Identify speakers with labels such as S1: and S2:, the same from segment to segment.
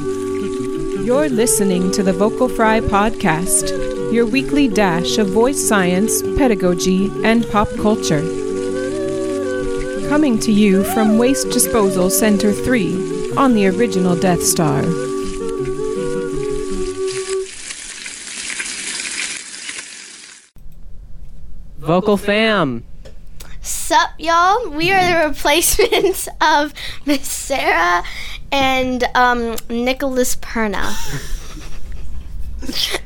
S1: You're listening to the Vocal Fry Podcast, your weekly dash of voice science, pedagogy, and pop culture. Coming to you from Waste Disposal Center 3 on the original Death Star.
S2: Vocal fam.
S3: Sup, y'all? We are the replacements of Miss Sarah and um, Nicholas Perna.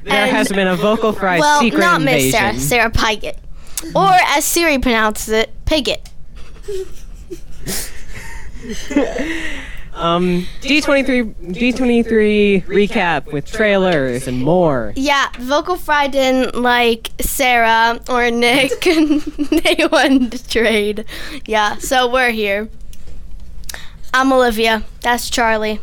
S2: There has been a vocal fry
S3: well,
S2: secret
S3: not Miss Sarah,
S2: invasion.
S3: Sarah Pigot, or as Siri pronounces it, Pigot.
S2: Um, D23 D23 recap with trailers and more.
S3: Yeah, Vocal Fry didn't like Sarah or Nick, and they won the trade. Yeah, so we're here. I'm Olivia. That's Charlie.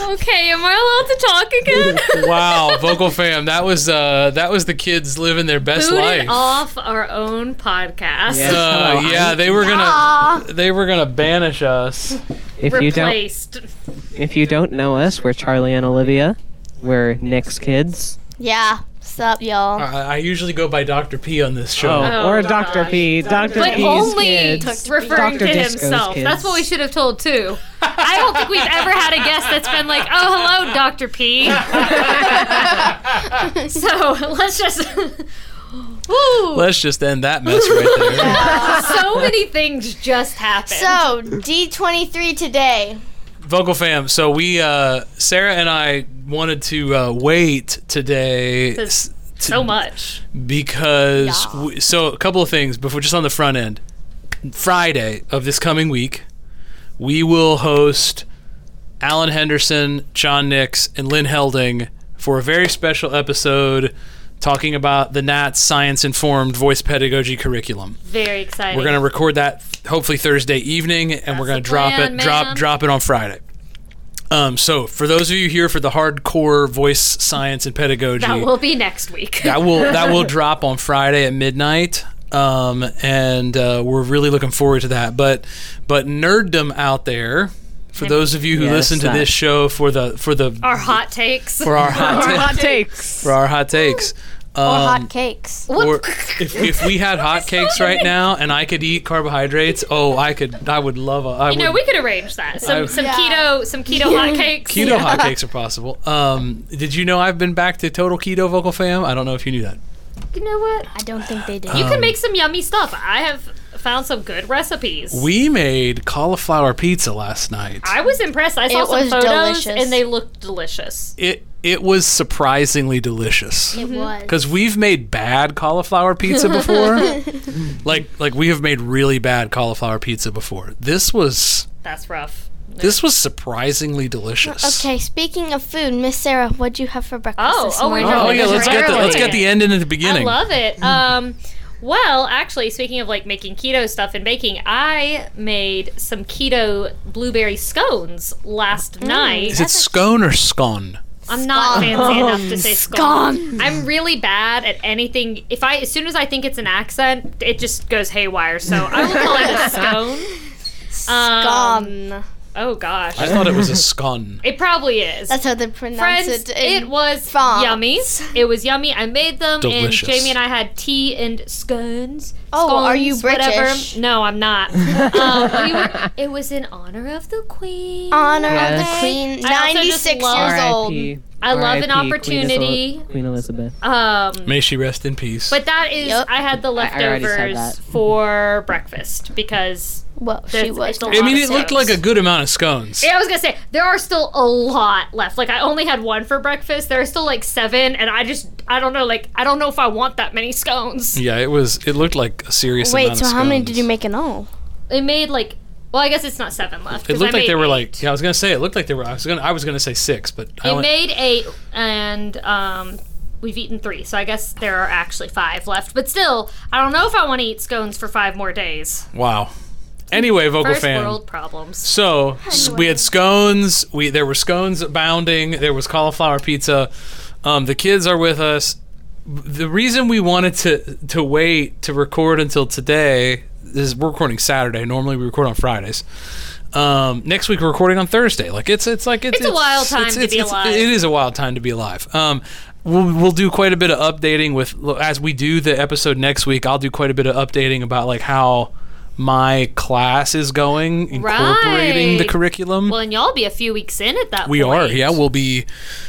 S4: Okay, am I allowed to talk again?
S5: Wow, vocal fam, that was uh, that was the kids living their best
S4: Booted
S5: life.
S4: off our own podcast.
S2: Yes.
S5: Uh, yeah, they were gonna
S3: Ah,
S5: they were gonna banish us.
S2: If you don't
S4: Replaced.
S2: if you don't know us, we're Charlie and Olivia. We're Nick's kids.
S3: yeah. Sup, y'all?
S5: I, I usually go by Dr. P on this show.
S4: Oh,
S2: or
S4: gosh.
S2: Dr. P. Dr.
S4: But
S2: P's
S4: only
S2: kids.
S4: referring
S2: Dr.
S4: to
S2: Disco's
S4: himself.
S2: kids.
S4: That's what we should have told too. I don't think we've ever had a guest that's been like, "Oh, hello, Doctor P." so let's just. Ooh,
S5: Oh, Let's just end that mess right there.
S4: so many things just happened.
S3: So D23 today.
S5: vocal fam, so we uh, Sarah and I wanted to uh, wait today.
S4: This-
S5: s- to-
S4: so much.
S5: because w so a couple of things before just on the front end friday of this coming week we will host alan henderson john nix and lynn helding for a very special episode talking about the nats science informed voice pedagogy curriculum
S4: Very exciting.
S5: we're going to record that hopefully Thursday evening, and we're going
S4: the
S5: to drop
S4: plan,
S5: it,
S4: man.
S5: drop drop it on Friday. Um, so for those of you here for the hardcore voice science and pedagogy,
S4: That will be next week.
S5: that will that will drop on Friday at midnight. Um, and uh, we're really looking forward to that. But but nerddom out there, for those of you who
S2: Yes,
S5: listen to
S2: that-
S5: this show for the for the
S4: Our hot takes.
S5: for our hot ta-
S2: hot takes.
S5: for our hot takes.
S3: Or
S5: Um,
S3: hot cakes.
S5: or if, if we had hotcakes right now and I could eat carbohydrates, oh, I could, I would love a. I
S4: You
S5: would,
S4: know, we could arrange that. Some
S5: I-
S4: some
S3: Yeah.
S4: keto some keto hotcakes.
S5: keto hotcakes are possible. Um, did you know I've been back to total keto vocal fam? I don't know if you knew that. Um,
S4: You know what?
S3: I don't think they did.
S5: Uh,
S4: You can make some yummy stuff. I have found some good recipes.
S5: We made cauliflower pizza last night.
S4: I was impressed. I saw
S3: It
S4: some
S3: was
S4: photos
S3: delicious.
S4: and they looked delicious.
S5: it it was surprisingly delicious.
S3: it was.
S5: Because we've made bad cauliflower pizza before, like like we have made really bad cauliflower pizza before. This was
S4: That's rough.
S5: this was surprisingly delicious.
S3: Okay, speaking of food, Miss Sarah, what'd you have for breakfast?
S4: Oh,
S3: this
S4: oh, we're
S3: morning?
S4: talking
S5: Oh yeah, let's get the let's get the end in at the
S4: I
S5: beginning. Mm.
S4: love it. Um, well, actually, speaking of like making keto stuff and baking, I made some keto blueberry scones
S3: Mm.
S4: last night.
S5: Is it scone or scone?
S4: I'm not fancy enough to say scone. I'm really bad at anything. If I, as soon as I think it's an accent, it just goes haywire. So I will call it a scone. Um,
S3: Scone.
S4: oh gosh,
S5: I thought it was a scone.
S4: it probably is.
S3: That's how they pronounce it.
S4: Friends, it,
S3: in-
S4: was
S3: France.
S4: yummy. It was yummy. I made them,
S5: Delicious.
S4: and Jamie and I had tea and scones.
S3: Oh, are
S4: scones,
S3: you British?
S4: Whatever. No, I'm not. um, we were, it was in honor of the queen.
S3: honor of
S2: Yes.
S3: the queen,
S4: I also just
S3: 96
S4: love-
S3: years old.
S2: RIP,
S4: I love an
S2: RIP, Queen Eliza-
S4: opportunity.
S2: Queen Elizabeth.
S4: Um,
S5: May she rest in peace.
S4: But that is,
S3: Yep.
S4: I had
S2: I
S4: the
S2: already said
S4: leftovers
S2: that.
S4: for breakfast because
S3: Well, she
S4: There's-
S3: was.
S4: it's a
S3: not.
S5: I mean, it
S4: honestly,
S5: looked like a good amount of scones.
S4: yeah, I was gonna say there are still a lot left. Like I only had one for breakfast. There are still like seven, and I just I don't know. Like I don't know if I want that many scones.
S5: Yeah, it was. It looked like a serious
S3: Wait,
S5: amount
S3: so
S5: of
S3: how many
S5: scones.
S3: did you make in all?
S4: It made like well, I guess it's not seven left.
S5: It
S4: 'cause
S5: looked
S4: I
S5: like
S4: made
S5: they were
S4: eight.
S5: like. Yeah, I was gonna say it looked like they were. I was gonna. I was gonna say six, but I
S4: It
S5: went,
S4: made eight, and um, we've eaten three, so I guess there are actually five left. But still, I don't know if I want to eat scones for five more days.
S5: wow. Anyway, vocal
S4: First
S5: fan.
S4: world problems.
S5: So s- we had scones. We there were scones abounding. There was cauliflower pizza. Um, the kids are with us. The reason we wanted to to wait to record until today this is, we're recording Saturday. Normally we record on Fridays. Um, next week we're recording on Thursday. Like it's it's like it's,
S4: It's a wild time to be alive.
S5: It is a wild time to be alive. Um, we'll we'll do quite a bit of updating with as we do the episode next week. I'll do quite a bit of updating about like how my class is going, incorporating the
S4: Right.
S5: curriculum.
S4: Well, and y'all be a few weeks in at that
S5: we
S4: point.
S5: are. Yeah, we'll be.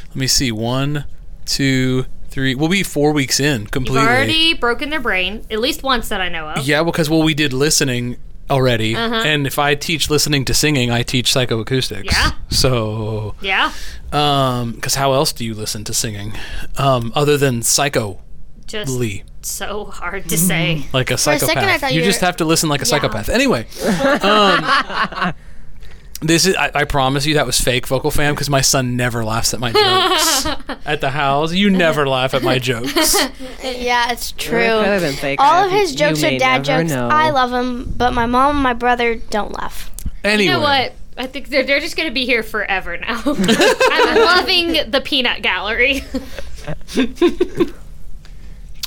S5: Let me see. One, two, three. We'll be four weeks in
S4: You've
S5: completely.
S4: already broken their brain, at least once that I know of.
S5: Yeah, because well, we did listening already,
S4: Uh-huh.
S5: and if I teach listening to singing, I teach psychoacoustics.
S4: Yeah.
S5: So,
S4: Yeah.
S5: um, because how else do you listen to singing, um, other than psycholy,
S4: Just so hard to say.
S5: like a
S3: a second,
S5: psychopath?
S3: I thought
S5: you
S3: you
S5: just
S3: were-
S5: have to listen like a psychopath. Anyway, um, this is. I, I promise you, that was fake, vocal fam, because my son never laughs at my jokes at the house. You never laugh at my jokes.
S3: Yeah, it's
S2: Could have
S3: true.
S2: been fake.
S3: All of
S2: You-
S3: his
S2: you
S3: jokes
S2: may
S3: are dad
S2: never
S3: jokes.
S2: know.
S3: I love them, but my mom and my brother don't laugh.
S5: Anyway,
S4: You know what? I think they're, they're just going to be here forever now. I'm loving the peanut gallery.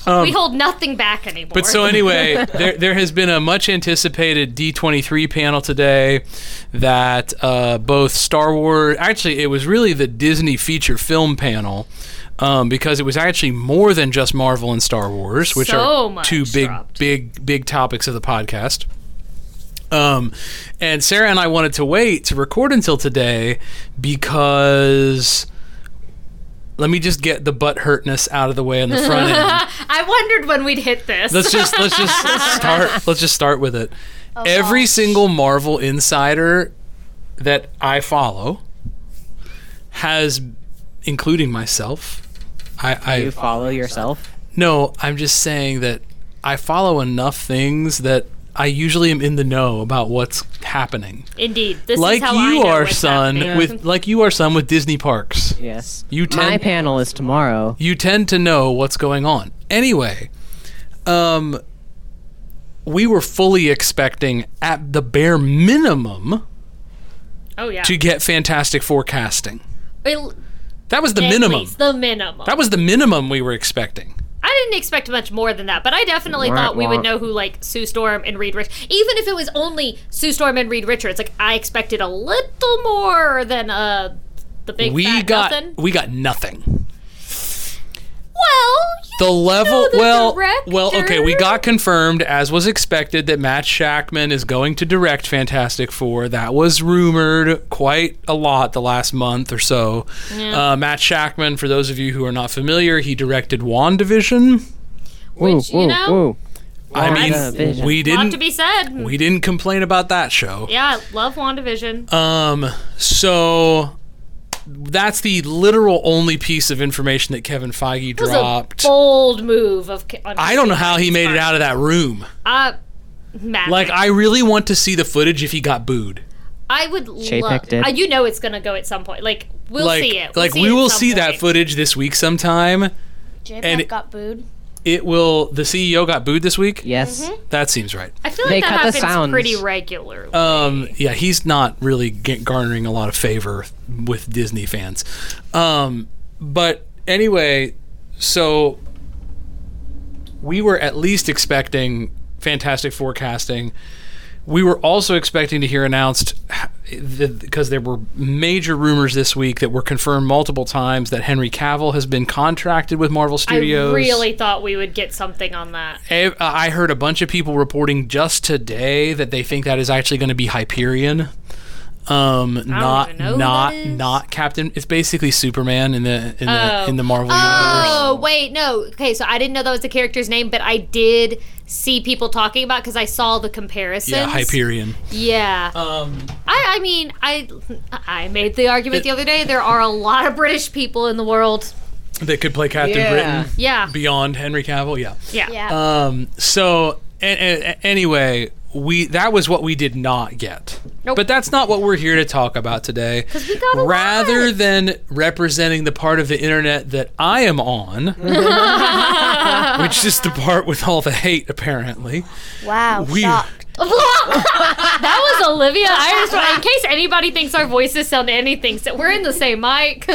S4: we hold nothing back anymore.
S5: Um, But so anyway, there, there has been a much anticipated D23 panel today that uh, both Star Wars, actually, it was really the Disney feature film panel. Um, because it was actually more than just Marvel and Star Wars, which
S4: So
S5: are
S4: much
S5: two big,
S4: dropped.
S5: big, big topics of the podcast. Um, and Sarah and I wanted to wait to record until today because let me just get the butt hurtness out of the way on the front end
S4: I wondered when we'd hit this.
S5: let's just let's just start let's just start with it.
S4: Oh,
S5: Every single Marvel insider that I follow has including myself. I,
S2: You
S5: I
S2: follow yourself.
S5: no, I'm just saying that I follow enough things that I usually am in the know about what's happening.
S4: Indeed. This
S5: Like
S4: is how I
S5: you
S4: know
S5: are
S4: what's
S5: son
S4: happening.
S5: with like you are son with Disney parks.
S2: Yes.
S5: You
S2: My
S5: tend
S2: panel is tomorrow.
S5: you tend to know what's going on. Anyway, um, we were fully expecting, at the bare minimum,
S4: Oh, yeah.
S5: to get fantastic forecasting.
S4: At
S5: That was the minimum.
S4: least the minimum.
S5: That was the minimum we were expecting.
S4: I didn't expect much more than that, but I definitely
S2: Wah,
S4: thought we
S2: wah.
S4: would know who like Sue Storm and Reed Rich. Even if it was only Sue Storm and Reed Richards, like I expected a little more than uh the big
S5: we
S4: fat
S5: got
S4: nothing.
S5: we got nothing.
S4: Well,
S5: The level
S4: the
S5: well well
S4: director.
S5: okay, we got confirmed as was expected that Matt Shackman is going to direct Fantastic Four. That was rumored quite a lot the last month or so. Uh, Matt Shackman, for those of you who are not familiar, he directed WandaVision.
S4: Which, you know,
S5: I mean,
S2: WandaVision.
S5: we
S4: lot to
S5: didn't
S4: be said.
S5: we didn't complain about that show.
S4: yeah, I love WandaVision.
S5: Um, so that's the literal only piece of information that Kevin Feige
S4: it was
S5: dropped.
S4: a bold move of. Ca- on
S5: I don't know how he made it out of that room.
S4: Uh, Matt,
S5: Like, I really want to see the footage if he got booed.
S4: I would love.
S2: picked it.
S4: Uh, you know, it's gonna go at some point. Like we'll
S5: Like,
S4: see it. We'll
S5: like
S4: see
S5: we
S4: it at
S5: will
S4: some
S5: see that
S4: point.
S5: footage this week sometime. And
S3: J-Pop
S5: it-
S3: got booed.
S5: It will. The CEO got booed this week.
S2: Yes.
S4: Mm-hmm.
S5: That seems right.
S4: I feel like
S2: They
S4: that
S2: cut the
S4: happens
S2: sounds.
S4: pretty regularly.
S5: Um, yeah, he's not really g- garnering a lot of favor with Disney fans. Um, but anyway, so we were at least expecting fantastic forecasting. We were also expecting to hear announced because there were major rumors this week that were confirmed multiple times that Henry Cavill has been contracted with Marvel Studios.
S4: I really thought we would get something on that.
S5: I I heard a bunch of people reporting just today that they think that is actually going to be Hyperion. Um, not
S4: even know who
S5: not
S4: that is.
S5: not Captain. It's basically Superman in the in the
S4: Oh.
S5: in the Marvel universe.
S4: Oh, wait, no. Okay, so I didn't know that was the character's name, but I did see people talking about because I saw the comparisons.
S5: Yeah, Hyperion.
S4: Yeah.
S5: Um,
S4: I, I mean, I I made the argument the other day. There are a lot of British people in the world.
S5: that could play Captain
S2: Yeah.
S5: Britain
S4: Yeah.
S5: beyond Henry Cavill. Yeah.
S4: Yeah.
S3: Yeah.
S5: Um. So and, anyway, we that was what we did not get.
S4: Nope.
S5: But that's not what we're here to talk about today.
S4: we got a lot.
S5: Rather than representing the part of the internet that I am on, which is the part with all the hate, apparently,
S3: Wow.
S5: we
S3: shocked.
S4: that was Olivia. I just want- in case anybody thinks our voices sound anything, so we're in the same mic.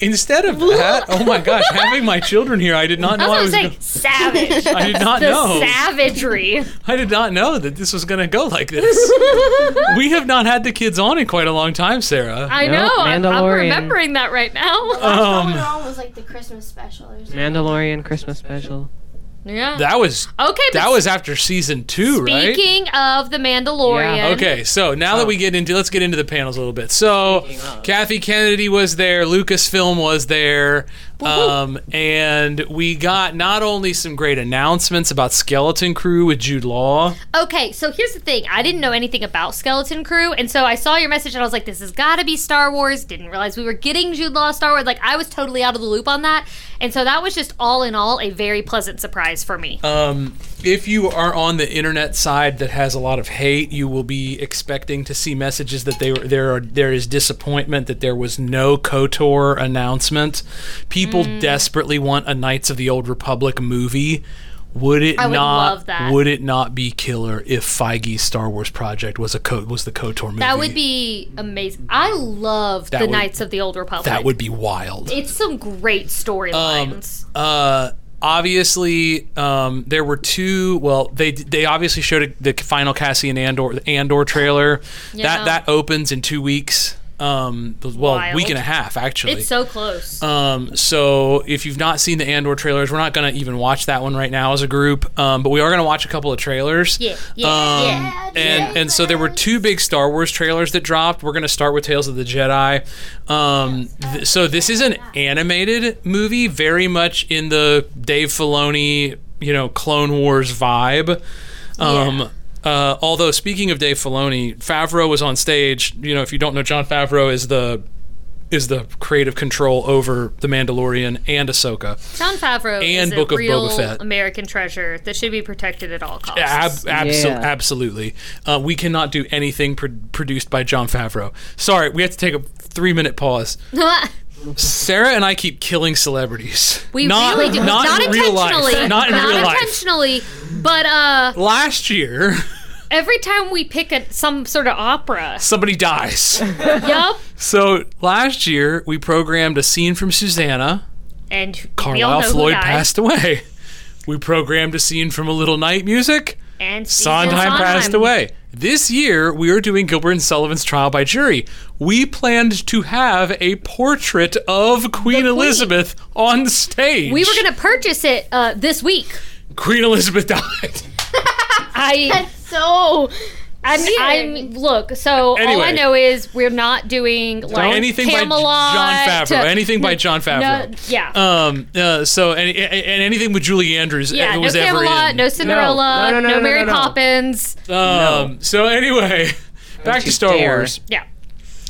S5: Instead of that, oh my gosh, having my children here, I did not know
S4: That's
S5: I
S4: what I'm
S5: was.
S4: saying.
S5: go-
S4: Savage.
S5: I did not
S4: the
S5: know.
S4: savagery.
S5: I did not know that this was going to go like this. we have not had the kids on in quite a long time, Sarah.
S4: I
S2: Nope,
S4: know. I'm, I'm
S2: Mandalorian.
S4: remembering that right now.
S5: um,
S3: was like the Christmas special or something.
S2: Mandalorian Christmas special.
S4: yeah.
S5: that was
S4: okay. But
S5: that was after season two, right?
S4: Speaking of the Mandalorian.
S2: Yeah.
S5: Okay, so now that we get into, let's get into the panels a little bit. So, Kathy Kennedy was there, Lucasfilm was there, um, and we got not only some great announcements about Skeleton Crew with Jude Law.
S4: Okay, so here's the thing. I didn't know anything about Skeleton Crew, and so I saw your message and I was like, this has got to be Star Wars. Didn't realize we were getting Jude Law Star Wars. Like, I was totally out of the loop on that. And so that was just all in all a very pleasant surprise for me.
S5: Um, if you are on the internet side that has a lot of hate, you will be expecting to see messages that they were, there are there is disappointment that there was no Kotor announcement. People
S4: Mm.
S5: desperately want a Knights of the Old Republic movie. Would it
S4: I would
S5: not?
S4: love that.
S5: Would it not be killer if Feige's Star Wars project was a co- was the Kotor movie?
S4: that would be amazing. I love
S5: That
S4: the
S5: would-
S4: Knights of the Old Republic.
S5: that would be wild.
S4: It's some great storylines.
S5: uh, obviously um, there were two. Well, they they obviously showed the final Cassian Andor the Andor trailer. That
S4: Yeah.
S5: that opens in two weeks. Um, well,
S4: Wild.
S5: week and a half actually.
S4: it's so close.
S5: Um, so if you've not seen the Andor trailers, we're not gonna even watch that one right now as a group. Um, but we are gonna watch a couple of trailers.
S4: Yeah, yeah,
S5: um,
S4: yeah,
S5: And and so there were two big Star Wars trailers that dropped. We're gonna start with Tales of the Jedi. Um, th- so this is an animated movie, very much in the Dave Filoni, you know, Clone Wars vibe. Um, uh, although speaking of Dave Filoni, Favreau was on stage. You know, if you don't know, John Favreau is the is the creative control over the Mandalorian and Ahsoka.
S4: John Favreau
S5: and
S4: is
S5: Book
S4: a
S5: of Boba
S4: real
S5: Fett.
S4: American treasure that should be protected at all costs.
S5: Ab- abso-
S2: Yeah.
S5: Absolutely. Uh, we cannot do anything pro- produced by John Favreau. Sorry, we have to take a three minute pause. Sarah and I keep killing celebrities.
S4: we
S5: not,
S4: really do.
S5: Not, in real
S4: intentionally.
S5: life. Not in real life.
S4: intentionally, but uh,
S5: Last year,
S4: every time we pick a, some sort of opera,
S5: somebody dies.
S4: yup,
S5: so last year, we programmed a scene from Susanna.
S4: and we all
S5: Carlisle
S4: know
S5: Floyd
S4: who died.
S5: passed away. We programmed a scene from A Little Night Music.
S4: and Stephen
S5: Sondheim passed away. This year, we are doing Gilbert and Sullivan's trial by jury. We planned to have a portrait of Queen Elizabeth on stage.
S4: We were gonna purchase it uh, this week.
S5: Queen Elizabeth died.
S4: I,
S3: So
S4: I'm, I'm look. So all
S5: Anyway.
S4: I know is we're not doing like
S5: Anything
S4: Camelot,
S5: by J- John Favreau.
S4: uh,
S5: Anything by John
S4: no,
S5: Favreau.
S4: yeah,
S5: Um. Uh, so, and, and anything with Julie Andrews
S4: yeah.
S5: who
S4: No
S5: was ever
S4: Camelot,
S5: in.
S4: no Cinderella,
S2: No, no, no, no, no,
S4: Mary
S2: no, no.
S4: Poppins.
S5: Um. So anyway, back to
S2: you
S5: Star
S2: dare.
S5: Wars.
S4: Yeah.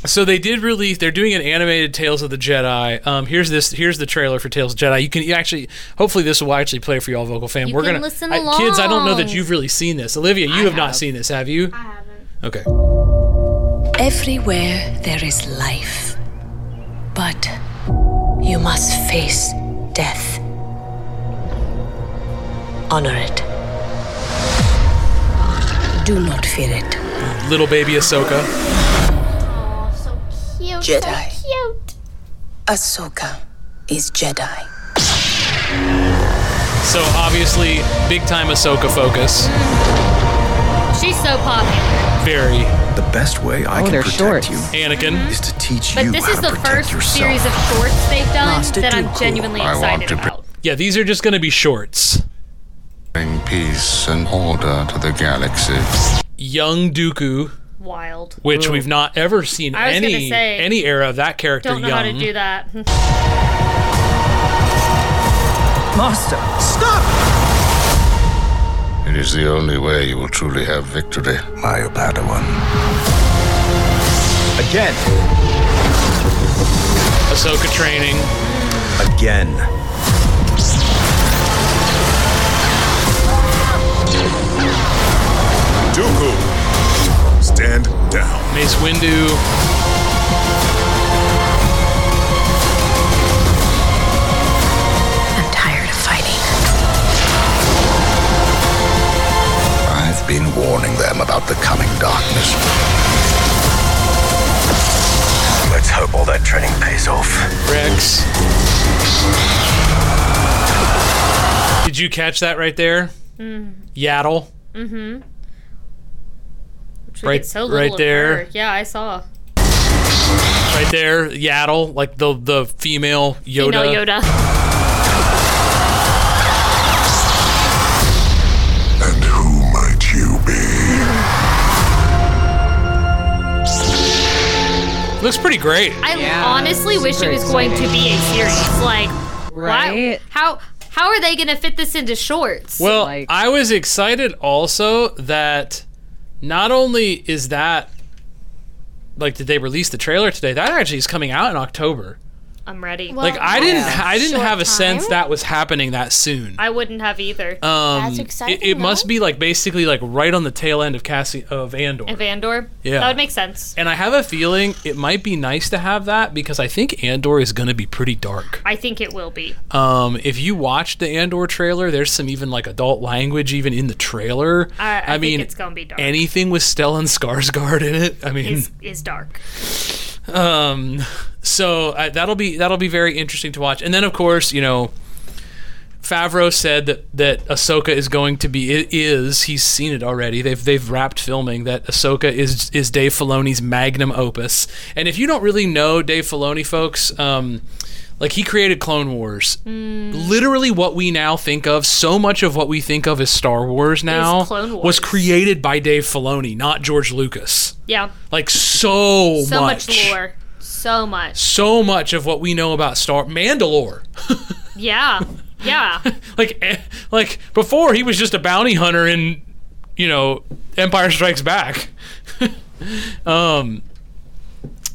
S5: So they did release. They're doing an animated Tales of the Jedi. Um, here's this. Here's the trailer for Tales of the Jedi. You can you actually. Hopefully, this will actually play for y'all, vocal fan. We're
S4: can
S5: gonna
S4: listen
S5: I- kids. I don't know that
S4: along.
S5: you've really seen this, Olivia. You have, not seen this, have you? I haven't. Okay.
S6: Everywhere there is life. But you must face death. Honor it. Do not fear it.
S5: Little baby Ahsoka.
S3: so cute.
S6: Jedi.
S3: So cute.
S6: Ahsoka is Jedi.
S5: So obviously, big time Ahsoka focus.
S4: She's so popular.
S5: Very
S7: The best way I
S2: Oh,
S7: can
S2: they're
S7: protect
S2: shorts.
S7: you
S5: Anakin.
S4: Mm-hmm.
S7: is to teach
S4: But
S7: you
S4: this
S7: how
S4: is
S7: to
S4: the
S7: protect
S4: first
S7: yourself.
S4: series of shorts they've done that I'm
S6: Constitute.
S4: genuinely
S7: I want
S4: excited
S7: to be-
S4: about.
S5: Yeah, these are just gonna be shorts.
S8: Bring peace and order to the galaxy.
S5: Young Dooku,
S4: Wild.
S5: which we've not ever seen
S4: I was gonna
S5: any
S4: say,
S5: any era of that character.
S4: Don't know
S5: young.
S4: how to do that.
S8: It is the only way you will truly have victory.
S7: My Padawan. Again.
S5: Ahsoka training.
S7: Again.
S9: Dooku, stand down.
S5: Mace Windu.
S6: I'm tired of fighting.
S7: I've been warning them about the coming darkness. Let's hope all that training pays off.
S5: Rex. Did you catch that right there?
S3: Mm.
S5: Yaddle.
S4: Which we
S5: Right-
S4: get so little
S5: right
S4: of
S5: there.
S4: her. Yeah, I saw.
S5: Right there, Yaddle, like the the female Yoda.
S4: You know Yoda.
S9: And who might you be?
S5: Looks pretty great.
S4: I
S2: Yeah,
S4: honestly wish it
S2: super
S4: was going to be a series. Like, why?
S2: Right?
S4: How how are they gonna fit this into shorts?
S5: Well,
S2: like-
S5: I was excited also that not only is that like did they release the trailer today? That actually is coming out in October.
S4: I'm ready.
S3: Well,
S5: Like I didn't I didn't
S3: Short
S5: have a sense
S3: time.
S5: that was happening that soon.
S4: I wouldn't have either.
S5: Um,
S3: That's
S5: it-
S3: exciting,
S5: It, must
S3: though.
S5: be like basically like right on the tail end of Cassie of Andor.
S4: and Vandor.
S5: Yeah.
S4: That would make sense.
S5: and I have a feeling it might be nice to have that because I think Andor is going to be pretty dark.
S4: I think it will be.
S5: Um, if you watch the Andor trailer, there's some even like adult language even in the trailer.
S4: I, I,
S5: mean,
S4: think it's gonna be dark.
S5: anything with Stellan Skarsgård in it. I mean,
S4: is is dark.
S5: um, so uh, that'll be that'll be very interesting to watch. And then of course, you know, Favreau said that that Ahsoka is going to be it is he's seen it already. They've they've wrapped filming that Ahsoka is is Dave Filoni's magnum opus. And if you don't really know Dave Filoni, folks, um, like he created Clone Wars,
S4: Mm.
S5: literally what we now think of. So much of what we think of as Star Wars now
S4: Clone
S5: was
S4: Wars.
S5: created by Dave Filoni, not George Lucas.
S4: Yeah.
S5: Like so,
S4: So much, lore. So much.
S5: so much of what we know about Star Mandalore.
S4: Yeah. Yeah.
S5: like eh, like before he was just a bounty hunter in you know Empire Strikes Back. um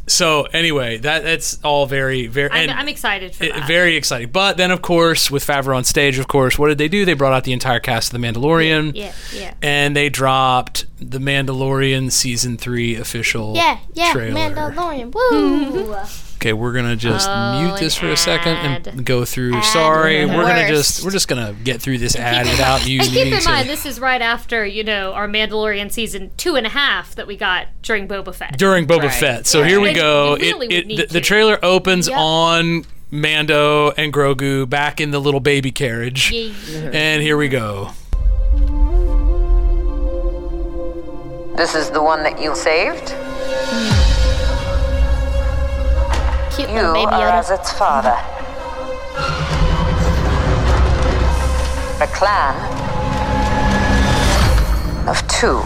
S5: so anyway, that that's all very very
S4: I'm,
S5: and
S4: I'm excited for
S5: it-
S4: that.
S5: very exciting. But then of course with Favreau on stage, of course, what did they do? They brought out the entire cast of The Mandalorian.
S4: yeah. Yeah.
S5: And they dropped The Mandalorian season 3 official
S3: Yeah, yeah,
S5: trailer.
S3: Mandalorian. Woo!
S5: Okay, we're gonna just
S4: Oh,
S5: mute this for a second and
S4: ad.
S5: go through. Sorry, we're gonna just
S3: Worst.
S5: we're just gonna get through this ad without you
S4: And keep
S5: needing
S4: in mind,
S5: to.
S4: this is right after you know our Mandalorian season two and a half that we got during Boba Fett.
S5: During Boba Fett, so here we
S4: They-
S5: go.
S4: they really
S5: It-
S4: would
S5: it-
S4: need
S5: the,
S4: to.
S5: the trailer opens
S3: Yep.
S5: on Mando and Grogu back in the little baby carriage,
S4: Yeah.
S5: and here we go.
S10: This is the one that you saved?
S3: Cute
S10: You
S3: little baby
S10: are
S3: Yoda.
S10: as its father. A clan of two.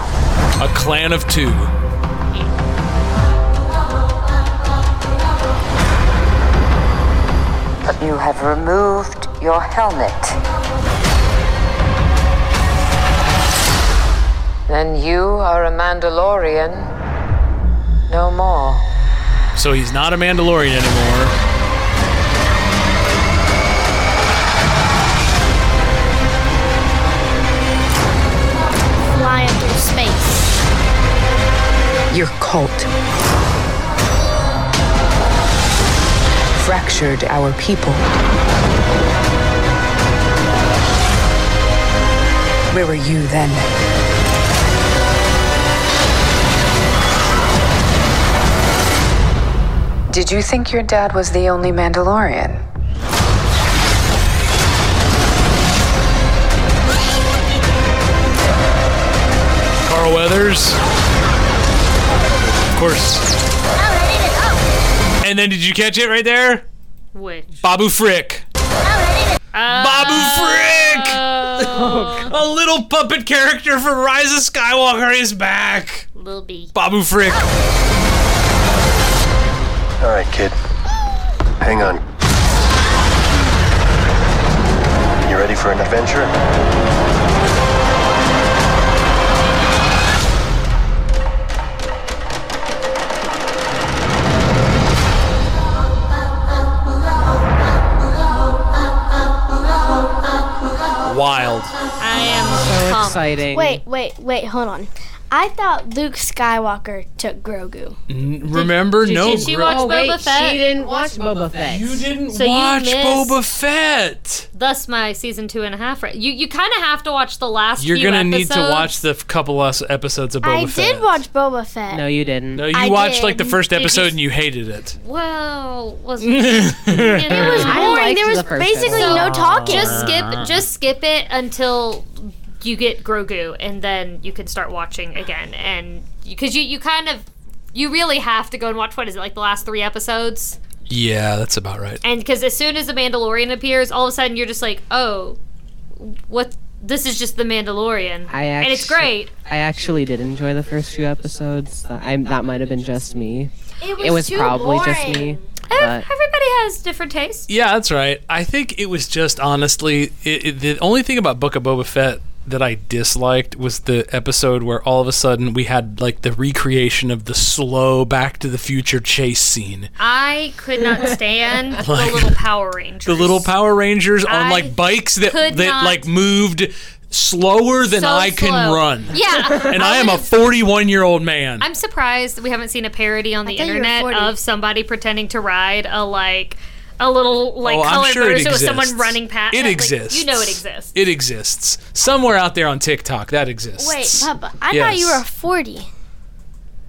S5: A clan of two.
S10: But you have removed your helmet. Then you are a Mandalorian no more.
S5: So he's not a Mandalorian anymore.
S3: Flying through space.
S6: Your cult fractured our people. Where were you then? Did you think your dad was the only Mandalorian?
S5: Carl Weathers, of course. And then did you catch it right there?
S4: Which?
S5: Babu Frick.
S4: Uh,
S5: Babu Frick! A little puppet character from Rise of Skywalker is back.
S4: Lil B.
S5: Babu Frick.
S7: All right, kid. Hang on. You ready for an adventure?
S5: Wild.
S4: I am
S2: So
S4: pumped.
S2: exciting.
S4: Oh.
S3: Wait, wait, wait, hold on. I thought Luke Skywalker took Grogu.
S5: N- remember,
S2: Did-
S5: no.
S2: did
S4: she
S5: Gro-
S4: watch
S2: Oh wait,
S4: Boba Fett?
S2: she didn't watch Boba Fett.
S5: you didn't
S4: So you
S5: watch
S4: missed-
S5: Boba Fett.
S4: Thus, my season two and a half. Right? You you kind of have to watch the last.
S5: You're
S4: few
S5: gonna need to
S4: episodes.
S5: watch the f- couple less episodes of Boba
S3: I
S5: Fett.
S3: did watch Boba Fett.
S2: no, you didn't.
S5: No, you
S3: I
S5: watched like the
S3: did.
S5: first
S4: Did you
S5: episode
S4: s-
S5: and you hated it.
S4: Well, was it was
S2: I
S3: Boring,
S2: liked
S3: there was
S2: the first
S3: basically
S2: episode.
S3: no talking.
S4: just skip just skip it until you get Grogu, and then you can start watching again. And because you, you kind of you really have to go and watch what is it like the last three episodes?
S5: Yeah, that's about right.
S4: And because as soon as the Mandalorian appears, all of a sudden you're just like, oh, what? This is just the Mandalorian,
S2: I
S4: and it's
S2: actu-
S4: great.
S2: I actually did enjoy the first few episodes. Uh, I, that might have been just me.
S3: it was,
S2: It was probably just me.
S4: Ev-
S2: But
S4: Everybody has different tastes.
S5: Yeah, that's right. I think it was just honestly it, it, the only thing about Book of Boba Fett that I disliked was the episode where all of a sudden we had like the recreation of the slow Back to the Future chase scene.
S4: I could not stand
S5: Like-
S4: the little Power Rangers.
S5: The little Power Rangers on
S4: I
S5: like bikes that
S4: could
S5: that
S4: not-
S5: like moved slower than
S4: So
S5: I can
S4: slow.
S5: run.
S4: Yeah,
S5: And I am a 41 year old man.
S4: I'm surprised we haven't seen a parody on the
S3: thought you were
S4: internet
S3: 40.
S4: of somebody pretending to ride a like a little like
S5: Oh, I'm
S4: colored
S5: sure it
S4: version with someone
S5: exists.
S4: running past.
S5: It
S4: like,
S5: exists.
S4: You know it exists.
S5: it exists somewhere out there on TikTok. That exists.
S3: Wait, Papa, I thought you
S5: Yes.
S3: were 40.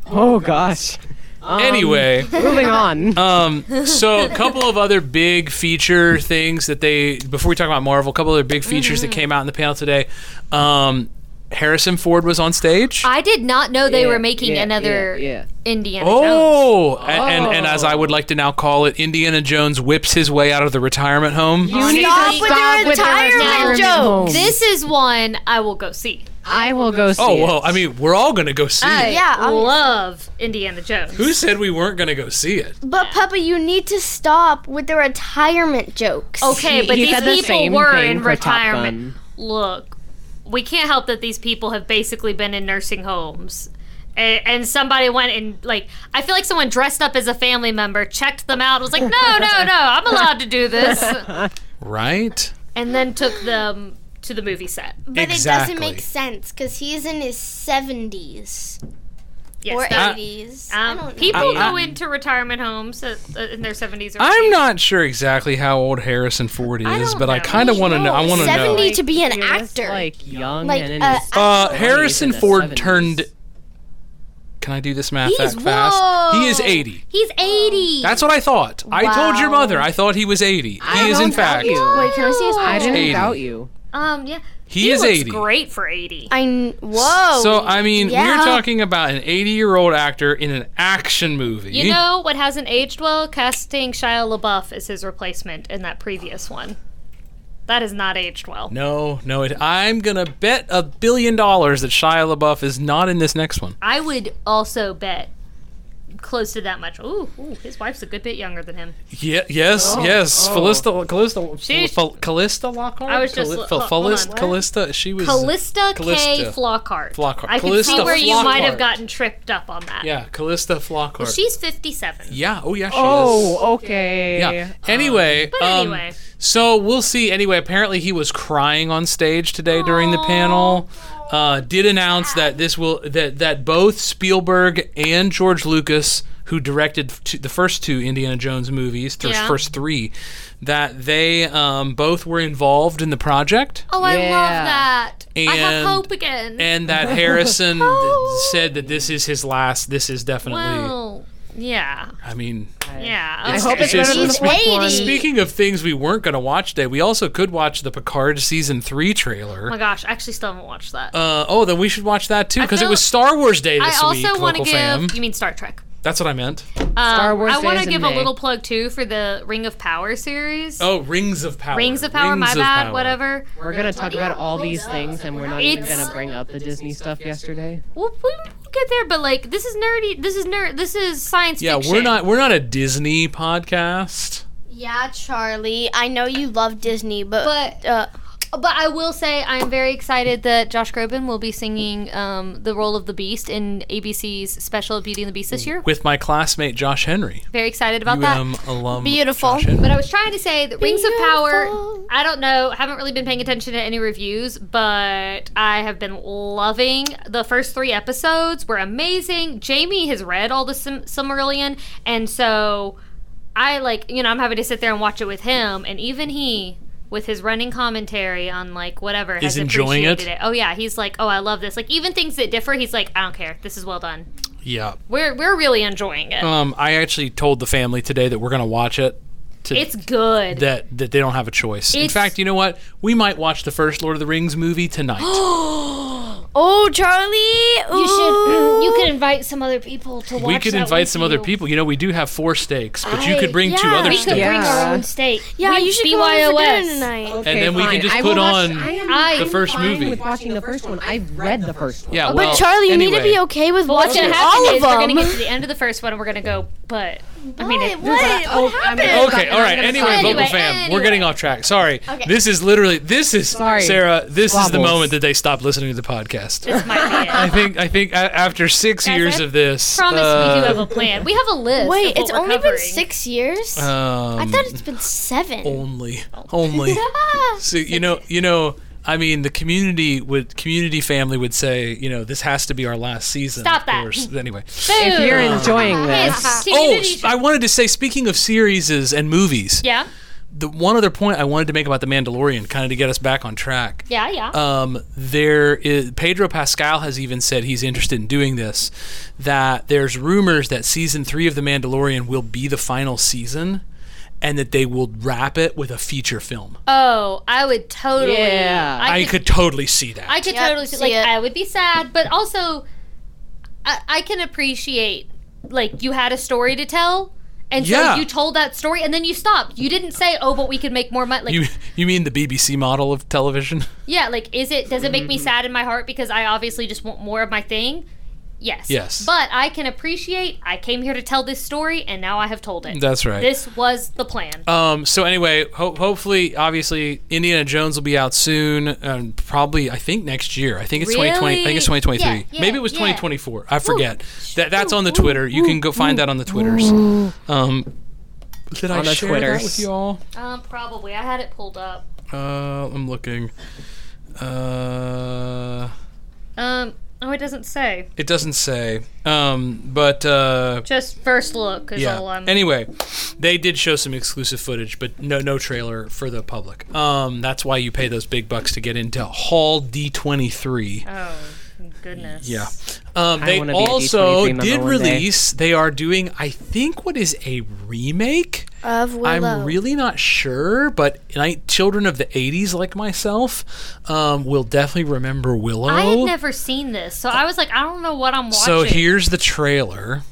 S2: oh gosh.
S5: Anyway,
S2: Moving on.
S5: Um, so a couple of other big feature things that they before we talk about Marvel, a couple other big features that came out in the panel today. Um, Harrison Ford was on stage.
S4: I did not know they were making
S2: yeah,
S4: another
S2: yeah, yeah.
S4: Indiana Jones.
S5: Oh, a- And, and as I would like to now call it, Indiana Jones whips his way out of the retirement home.
S3: Stop with the retirement jokes.
S4: This is one I will go see.
S2: I will go see.
S5: oh,
S2: it.
S5: well, I mean, we're all gonna go see
S4: I
S5: it.
S3: Yeah,
S2: Oh.
S3: obviously.
S4: love Indiana Jones.
S5: Who said we weren't gonna go see it?
S3: But Papa, you need to stop with the retirement jokes.
S4: Okay, but
S2: He
S4: these
S2: said the
S4: people
S2: same
S4: were
S2: thing
S4: in
S2: for Top
S4: retirement.
S2: Gun.
S4: Look, we can't help that these people have basically been in nursing homes. A- And somebody went and like I feel like someone dressed up as a family member checked them out was like no no no I'm allowed to do this
S5: Right?
S4: and then took them to the movie set.
S3: but
S5: exactly.
S3: it doesn't make sense because he's in his 70s
S4: Yes,
S3: or
S4: that-
S3: 80s. I
S4: um,
S3: don't know.
S4: people
S5: I-
S4: go into retirement homes at, uh, in their seventies.
S5: I'm not sure exactly how old Harrison Ford is,
S4: don't
S5: but I
S4: know.
S5: kind of want to know. I want to know.
S3: 70 to be an
S2: You're just,
S3: actor.
S2: like young
S3: Like,
S2: and in
S3: uh,
S2: his
S5: Uh,
S3: Oh,
S5: Harrison
S2: he's in the
S5: Ford
S2: 70s.
S5: turned. Can I do this math
S4: He's
S5: that fast? He is
S4: whoa.
S5: 80.
S4: He's eighty.
S5: That's what I thought. I told your mother I thought he was 80. he is, in
S2: don't doubt
S5: fact.
S2: you.
S3: Wait, can I see his
S2: I didn't
S5: 80.
S2: doubt you.
S4: um yeah.
S5: He,
S4: He,
S5: is
S4: looks
S5: 80.
S4: great for eighty.
S3: I kn- whoa.
S4: Oh,
S5: So, I mean, we're
S3: Yeah.
S5: talking about an 80 year old actor in an action movie.
S4: You know what hasn't aged well? Casting Shia LaBeouf as his replacement in that previous one. That has not aged well.
S5: no, no. It, I'm going to bet a billion dollars that Shia LaBeouf is not in this next one.
S4: I would also bet close to that much. Ooh, ooh his wife's a good bit younger than him.
S5: Yeah, yes,
S4: Oh,
S5: yes. Callista, Callista,
S4: She's-
S5: Fal- Callista Lockhart?
S4: I was just-
S5: Calli-
S4: hold- hold
S5: Fallist-
S4: on.
S5: Callista, she was.
S4: Callista, K.
S5: Callista.
S4: Flockhart.
S5: Flockhart.
S4: I can see
S5: Callista
S4: where you might
S5: Flockhart.
S4: have gotten tripped up on that.
S5: Yeah, Callista Flockhart.
S4: She's 57.
S5: Yeah. Oh, yeah. She is.
S2: Oh, okay.
S5: Yeah. Anyway.
S4: But
S5: um,
S4: anyway,
S5: So we'll see. Anyway, apparently he was crying on stage today during the panel. Uh, did announce that this will that that both Spielberg and George Lucas, who directed two, the first two Indiana Jones movies, the
S4: Yeah.
S5: first three, that they um, both were involved in the project.
S4: oh, I love
S2: Yeah.
S4: that. I have
S5: And-
S4: hope again.
S5: And that Harrison said that this is his last. This is definitely.
S4: Oh. well, yeah,
S5: I mean,
S4: yeah.
S2: I
S4: okay. Oh
S2: hope it's
S5: It's
S2: better than the
S5: just-
S2: first one.
S3: She's 80.
S5: Speaking of things we weren't going to watch today, we also could watch the Picard season three trailer.
S4: Oh my gosh, I actually still haven't watched that.
S5: Uh, oh, then we should watch that too because it
S4: feel-
S5: was Star Wars Day
S4: I
S5: this
S4: also
S5: week.
S4: want to
S5: local
S4: give.
S5: fam.
S4: You mean Star Trek?
S5: That's what I meant.
S4: Um,
S2: Star Wars
S4: I
S2: Day
S4: want
S2: is
S4: to
S2: in
S4: give a
S2: May.
S4: little plug too for the Ring of Power series.
S5: Oh, Rings of Power.
S4: Rings of Power, my
S5: Rings of
S4: bad,
S5: Power.
S4: whatever.
S2: We're gonna talk about all these things, and we're not even
S4: It's-
S2: gonna bring up the Disney stuff yesterday.
S4: We'll, we'll get there, but like this is nerdy. This is nerd. This is science
S5: Yeah,
S4: fiction.
S5: we're not we're not a Disney podcast.
S3: yeah, Charlie, I know you love Disney, but,
S4: But-
S3: uh,
S4: But I will say I am very excited that Josh Groban will be singing um, the role of the Beast in ABC's special Beauty and the Beast this year.
S5: with my classmate Josh Henry,
S4: Very excited about that.
S5: UM alum.
S3: Beautiful.
S5: Josh Henry.
S4: But I was trying to say that Rings of Power, I don't know, haven't really been paying attention to any reviews, but I have been loving the first three episodes were amazing. Jamie has read all the Sim- Silmarillion, and so I like, you know, I'm having to sit there and watch it with him, and even he with his running commentary on like whatever
S5: Is
S4: has
S5: enjoying it?
S4: appreciated it. Oh yeah, he's like, "Oh, I love this." Like even things that differ, he's like, "I don't care. This is well done."
S5: yeah.
S4: We're we're really enjoying it.
S5: Um, I actually told the family today that we're gonna watch it. To,
S4: it's good.
S5: that that they don't have a choice. In
S4: It's-
S5: fact, you know what? We might watch the first Lord of the Rings movie tonight.
S3: Oh, Charlie.
S4: You should. You could invite some other people to watch.
S5: we could
S4: that
S5: invite
S4: with
S5: some other
S4: you.
S5: people. You know, we do have four stakes, but you could bring two
S3: yeah.
S5: other
S4: We
S5: stakes,
S4: could bring
S2: Yeah.
S4: our own steak.
S3: Yeah,
S4: We-
S3: you should come over for dinner tonight.
S5: and then we
S2: fine.
S5: can just
S2: I
S5: put
S2: will watch-
S5: on.
S2: I am
S4: I-
S5: the first
S2: fine
S5: movie.
S2: with watching the first one. I've read the first one.
S5: yeah,
S3: But
S5: well,
S3: Charlie, you need to
S5: anyway,
S3: be okay with
S4: What's
S3: watching
S4: gonna
S3: all
S4: happen
S3: of
S4: is
S3: them.
S4: we're gonna get to the end of the first one and we're gonna go. But I mean, it,
S3: What?
S2: Oh,
S3: What
S2: I'm-
S3: happened?
S5: Okay, all right. Anyway,
S4: stop.
S5: vocal
S4: Anyway,
S5: fam, we're
S4: anyway.
S5: getting off track. Sorry. This is literally this is
S2: Sorry.
S5: Sarah. This is the
S2: Squabbles.
S5: moment that they stop listening to the podcast.
S4: this might be
S5: I
S4: it.
S5: think I think a- after six
S4: Guys,
S5: years
S4: I
S5: of this,
S4: Promise we
S5: uh,
S4: do have a plan. We have a list.
S3: Wait,
S4: of what
S3: it's
S4: we're
S3: only
S4: covering.
S3: been six years.
S5: um,
S3: I thought it's been seven.
S5: only only so you know you know i mean the community would community family would say you know this has to be our last season
S4: Stop
S5: of
S4: that.
S5: course. anyway
S2: If you're enjoying this,
S4: Yes,
S5: oh
S4: community-
S5: s- i wanted to say speaking of series and movies
S4: yeah,
S5: the one other point i wanted to make about the mandalorian kind of to get us back on track
S4: yeah, yeah.
S5: um, there is Pedro Pascal has even said he's interested in doing this. That there's rumors that season three of The Mandalorian will be the final season, and that they will wrap it with a feature film.
S4: oh, I would totally.
S2: Yeah.
S5: I could totally see that.
S4: I could
S3: Yep,
S4: totally see,
S3: see
S4: like
S3: it.
S4: I would be sad, but also I, I can appreciate like you had a story to tell, and so
S5: Yeah.
S4: you told that story, and then you stopped. You didn't say, "Oh, but we could make more money." Like,
S5: You you mean the BBC model of television?
S4: yeah, like is it? Does it make me
S5: Mm-hmm.
S4: sad in my heart because I obviously just want more of my thing? Yes.
S5: Yes.
S4: But I can appreciate. I came here to tell this story, and now I have told it.
S5: That's right.
S4: This was the plan.
S5: Um, so anyway, ho- hopefully, obviously, Indiana Jones will be out soon, and probably I think next year. I think it's twenty twenty. I think it's
S4: Really?
S5: twenty twenty three.
S4: Yeah, yeah,
S5: Maybe it was
S4: yeah.
S5: twenty twenty four. I forget. That that's on the Twitter. You can go find that on the Twitters. Um, did I
S2: On the
S5: share that
S2: Twitters.
S5: with y'all?
S4: um, probably. I had it pulled up.
S5: Uh, I'm looking. Uh,
S4: Um. Oh, it doesn't say.
S5: it doesn't say. Um, but uh,
S4: Just first look is
S5: yeah.
S4: all I'm.
S5: Anyway, they did show some exclusive footage, but no no trailer for the public. Um, that's why you pay those big bucks to get into Hall D twenty three.
S4: oh goodness.
S5: Yeah. Um, they
S2: wanna be a
S5: also
S2: D23 member
S5: did
S2: one day.
S5: release. They are doing, I think, what is a remake.
S3: Of Willow.
S5: I'm really not sure, but night children of the '80s, like myself, um, will definitely remember Willow.
S4: I had never seen this, so I was like, I don't know what I'm watching.
S5: So here's the trailer.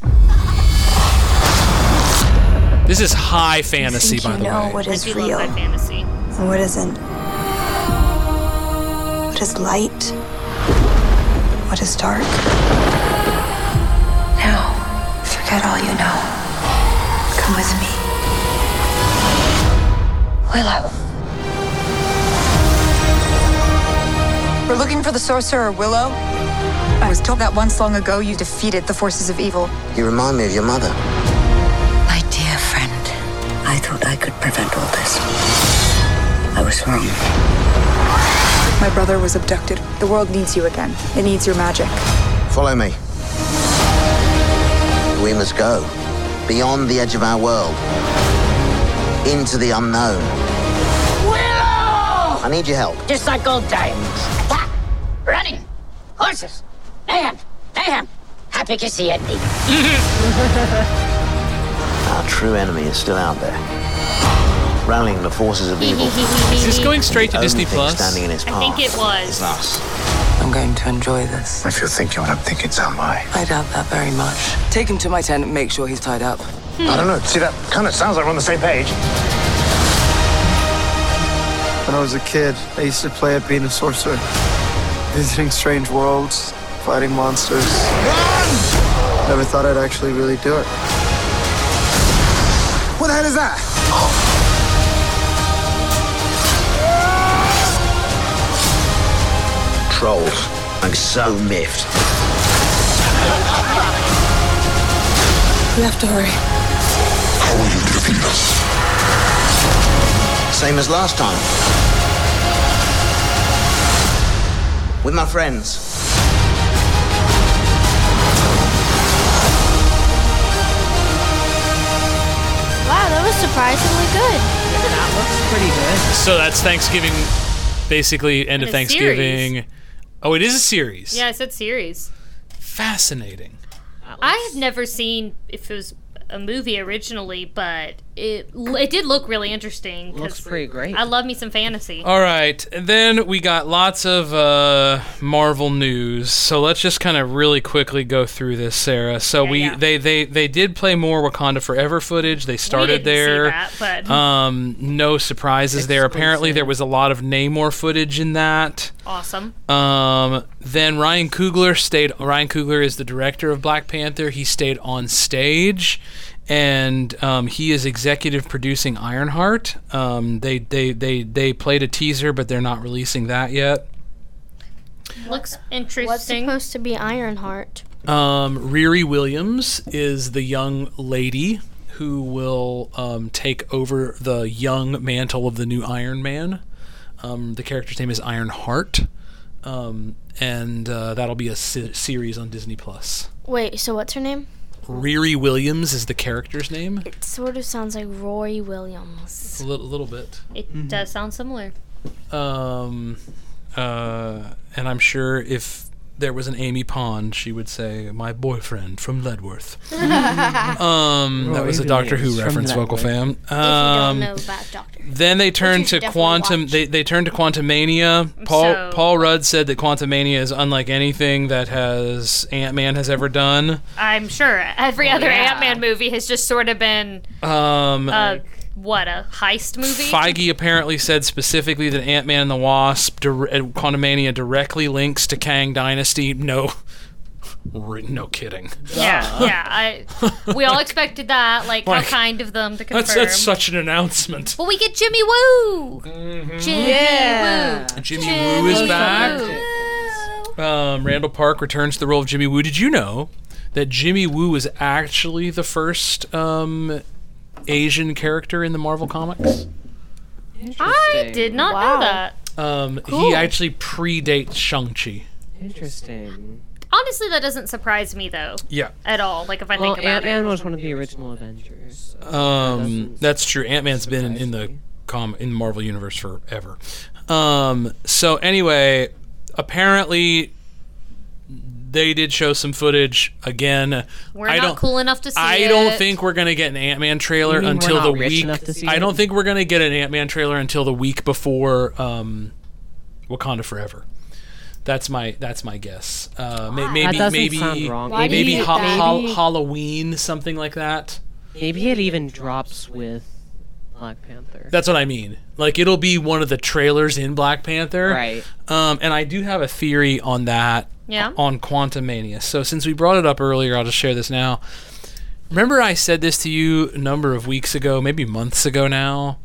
S5: This is high fantasy, by the way.
S4: I do love that fantasy.
S6: What isn't? What is light? What is dark? Now, forget all you know. Come with me. Willow.
S10: We're looking for the sorcerer Willow. I was told that once long ago you defeated the forces of evil.
S7: You remind me of your mother.
S6: My dear friend, I thought I could prevent all this. I was wrong.
S10: My brother was abducted. The world needs you again. It needs your magic.
S7: Follow me. We must go beyond the edge of our world, into the unknown. Willow! I need your help.
S6: Just like old times. Attack! Running! Horses! Mayhem! Mayhem! Happy to see it.
S7: Our true enemy is still out there, rallying the forces of evil.
S5: Is this going straight to
S7: Only
S5: Disney
S7: thing
S5: Plus?
S7: standing in its
S4: I
S7: path
S4: think it
S7: is
S4: was.
S7: us.
S11: I'm going to enjoy this.
S7: If you think you're, I don't think it's am I.
S11: I doubt that very much. Take him to my tent and make sure he's tied up.
S7: I don't know. See, that kind of sounds like we're on the same page.
S9: When I was a kid, I used to play at being a sorcerer, visiting strange worlds, fighting monsters. Never thought I'd actually really do it. What the hell is that?
S7: trolls. I'm so miffed.
S11: We have to hurry.
S7: How will you defeat us? Same as last time. With my friends.
S3: Wow, that was surprisingly good. That looks pretty good.
S5: So that's Thanksgiving, basically
S4: And
S5: end of
S4: a
S5: Thanksgiving. Oh, it is a series.
S4: Yeah, I said series.
S5: Fascinating.
S4: I had never seen if it was a movie originally, but it it did look really interesting. 'cause
S2: Looks pretty great.
S4: I love me some fantasy.
S5: All right, and then we got lots of uh, Marvel news, so let's just kind of really quickly go through this, Sarah. So we They, they they did play more Wakanda Forever footage. They started
S4: didn't see
S5: there.
S4: that, but-
S5: um, no surprises there. Apparently, there was a lot of Namor footage in that.
S4: Awesome.
S5: Um, then Ryan Coogler stayed. Ryan Coogler is the director of Black Panther. He stayed on stage, and um, he is executive producing Ironheart. Um, they they they they played a teaser, but they're not releasing that yet.
S4: Looks interesting.
S3: What's supposed to be Ironheart?
S5: Um, Riri Williams is the young lady who will um, take over the young mantle of the new Iron Man. Um, the character's name is Ironheart, um, and uh, that'll be a se- series on Disney Plus.
S3: Wait, so what's her name?
S5: Riri Williams is the character's name.
S3: It sort of sounds like Rory Williams.
S5: A little, little bit.
S4: It does sound similar.
S5: Um, uh, and I'm sure if there was an Amy Pond, she would say, "My boyfriend from Ledworth." um, that
S12: Roy
S5: was a Doctor
S12: Williams
S5: Who
S12: from
S5: reference, vocal fam.
S12: Ledworth.
S5: Um,
S12: If you don't
S3: know about Doctor
S5: Then they turned to
S3: definitely
S5: Quantum. They, they turned to Quantumania. Paul
S4: So-
S5: Paul Rudd said that Quantumania is unlike anything that has Ant Man has ever done.
S4: I'm sure every
S2: Oh,
S4: other
S2: yeah.
S4: Ant Man movie has just sort of been
S5: Um,
S4: uh, what a heist movie.
S5: Feige apparently said specifically that Ant Man and the Wasp, dir- uh, Quantumania directly links to Kang Dynasty. No, Re- no kidding.
S4: Yeah, yeah. I we all expected that. Like,
S5: Like,
S4: how kind of them to confirm.
S5: That's that's such an announcement.
S4: well, we get Jimmy Woo. Jimmy Woo.
S5: Jimmy Woo is back. Um, Randall Park returns to the role of Jimmy Woo. Did you know that Jimmy Woo was actually the first um, Asian character in the Marvel comics?
S4: I did not know that.
S5: Um,
S4: Cool.
S5: He actually predates Shang Chi.
S2: Interesting.
S4: Honestly, that doesn't surprise me though.
S5: Yeah.
S4: At all. Like if I
S2: Well,
S4: think about
S2: Ant Man
S4: it.
S2: was one of the original Avengers.
S5: Um, that's true. Ant Man's been in, in the com in the Marvel universe forever. Um, so anyway, apparently they did show some footage again.
S4: We're
S5: I
S4: not
S5: don't,
S4: cool enough to see
S5: I don't
S4: it.
S5: think we're gonna get an Ant Man trailer
S2: You mean we're
S5: until
S2: not
S5: the
S2: rich
S5: week.
S2: enough to see
S5: I
S2: it?
S5: don't think we're gonna get an Ant Man trailer until the week before um, Wakanda Forever. That's my that's my guess. Uh, may,
S2: Why?
S5: maybe
S2: Ah, That doesn't
S5: maybe
S2: sound wrong. Why do
S5: maybe
S2: you
S5: ha-
S2: think
S5: ha-
S2: that?
S5: Halloween something like that.
S2: Maybe it even drops with Black Panther.
S5: That's what I mean. Like it'll be one of the trailers in Black Panther.
S2: Right.
S5: Um, and I do have a theory on that.
S4: Yeah.
S5: On Quantum Mania. So since we brought it up earlier, I'll just share this now. Remember I said this to you a number of weeks ago, maybe months ago now.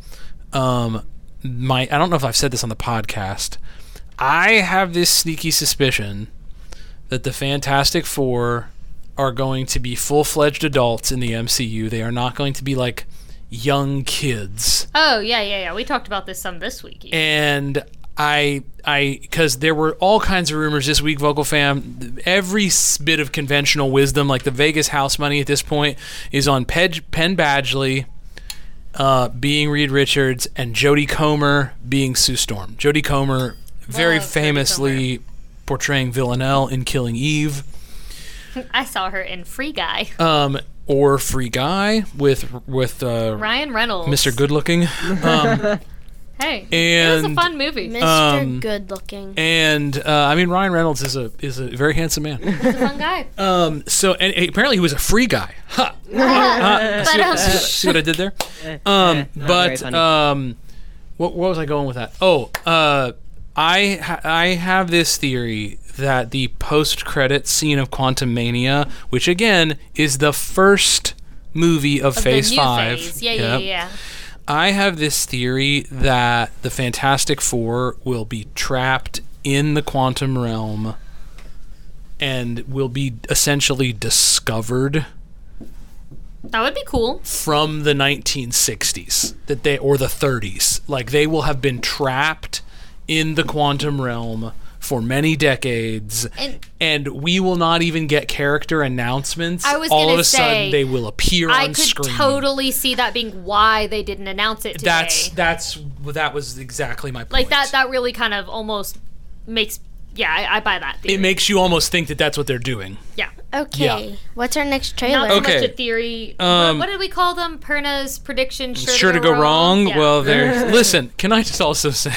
S5: Um, my I don't know if I've said this on the podcast. I have this sneaky suspicion that the Fantastic Four are going to be full-fledged adults in the MCU. They are not going to be like young kids
S4: Oh yeah, yeah, yeah. We talked about this some this week.
S5: and I I because there were all kinds of rumors this week, Vocal Fam. Every s- bit of conventional wisdom, like the Vegas house money at this point, is on Ped, Penn Badgley uh, being Reed Richards and Jodie Comer being Sue Storm. Jodie Comer very famously portraying Villanelle in Killing Eve
S4: I saw her in Free Guy.
S5: um, or Free Guy with with uh,
S4: Ryan Reynolds.
S5: Mr. Good Looking. Um,
S4: Hey. it was a
S5: and
S4: fun movie.
S5: Mr. Um,
S3: Good looking.
S5: and uh, I mean Ryan Reynolds is a is a very handsome man.
S4: He's a fun guy.
S5: Um, so and apparently he was a free guy. Ha!
S4: um,
S5: Uh, see, what, see what- see what I did there? Um,
S2: Not very
S5: but
S2: funny.
S5: um, what what was I going with that? Oh, uh, I ha- I have this theory that the post credit scene of Quantum Mania, which again is the first movie of,
S4: Of the
S5: Phase
S4: new
S5: Five.
S4: phase. Yeah, yeah,
S5: Yep.
S4: yeah,
S5: I have this theory that the Fantastic Four will be trapped in the quantum realm and will be essentially discovered
S4: That would be cool.
S5: from the 1960s that they or the 30s like they will have been trapped in the quantum realm for many decades
S4: And-
S5: and we will not even get character announcements
S4: I was
S5: all of
S4: gonna
S5: a
S4: say,
S5: sudden they will appear
S4: I
S5: on
S4: could
S5: screen
S4: totally see that being why they didn't announce it today.
S5: that's that's that was exactly my point
S4: like that. That really kind of almost makes. Yeah, I, I buy that.
S5: it makes you almost think that that's what they're doing
S4: Yeah.
S3: Okay. What's our next trailer?
S4: Not so much
S5: Okay.
S4: a theory.
S5: Um,
S4: what, what did we call them? Perna's prediction. Sure,
S5: sure to go wrong.
S4: Yeah.
S5: Well, there. Listen, can I just also say,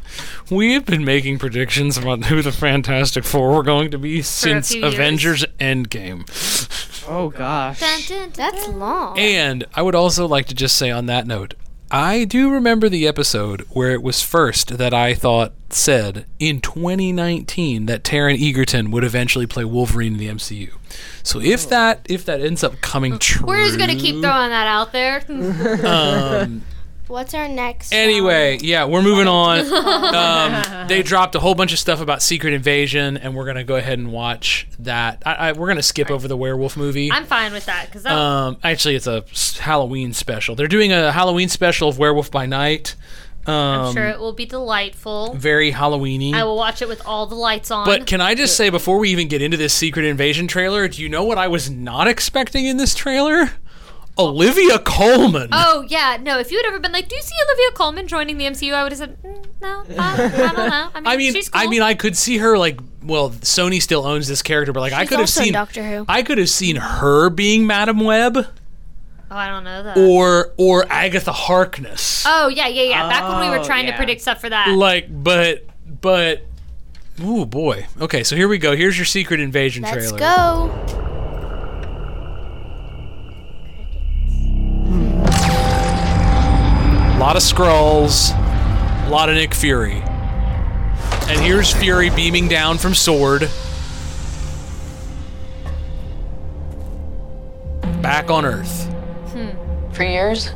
S5: we have been making predictions about who the Fantastic Four were going to be since
S4: few years.
S5: Avengers Endgame.
S2: Oh gosh.
S3: That's long.
S5: And I would also like to just say on that note, I do remember the episode where it was first that I thought said in 2019 that Taron Egerton would eventually play Wolverine in the MCU. So
S4: Oh.
S5: if that if that ends up coming true,
S4: We're just gonna keep throwing that out there.
S5: Um,
S3: What's our next? uh,
S5: Anyway, yeah, we're moving on. Um, they dropped a whole bunch of stuff about Secret Invasion, and we're gonna go ahead and watch that. I, I, we're gonna skip over the werewolf movie.
S4: I'm fine with that because
S5: Um, actually, it's a s- Halloween special. They're doing a Halloween special of Werewolf by Night. Um,
S4: I'm sure it will be delightful.
S5: very Halloweeny.
S4: I will watch it with all the lights on.
S5: But can I just say before we even get into this Secret Invasion trailer, do you know what I was not expecting in this trailer? Olivia Coleman.
S4: Oh yeah, no. If you had ever been like, "Do you see Olivia Colman joining the MCU?" I would have said, mm, "No, I, I don't know." I mean,
S5: I mean,
S4: she's cool.
S5: I mean, I could see her like. Well, Sony still owns this character, but like, I
S3: She's
S5: could have
S3: also in
S5: seen
S3: Doctor Who.
S5: I could have seen her being Madam Web
S4: oh, I don't know that.
S5: or or Agatha Harkness.
S4: oh yeah, yeah, yeah. Back when we were
S5: Oh,
S4: trying to
S5: yeah.
S4: predict stuff for that.
S5: Like, but but. Ooh boy. Okay, so here we go. Here's your Secret Invasion
S3: Let's
S5: trailer.
S3: go.
S5: A lot of scrolls. A lot of Nick Fury. And here's Fury beaming down from Sword. Back on Earth.
S12: For years,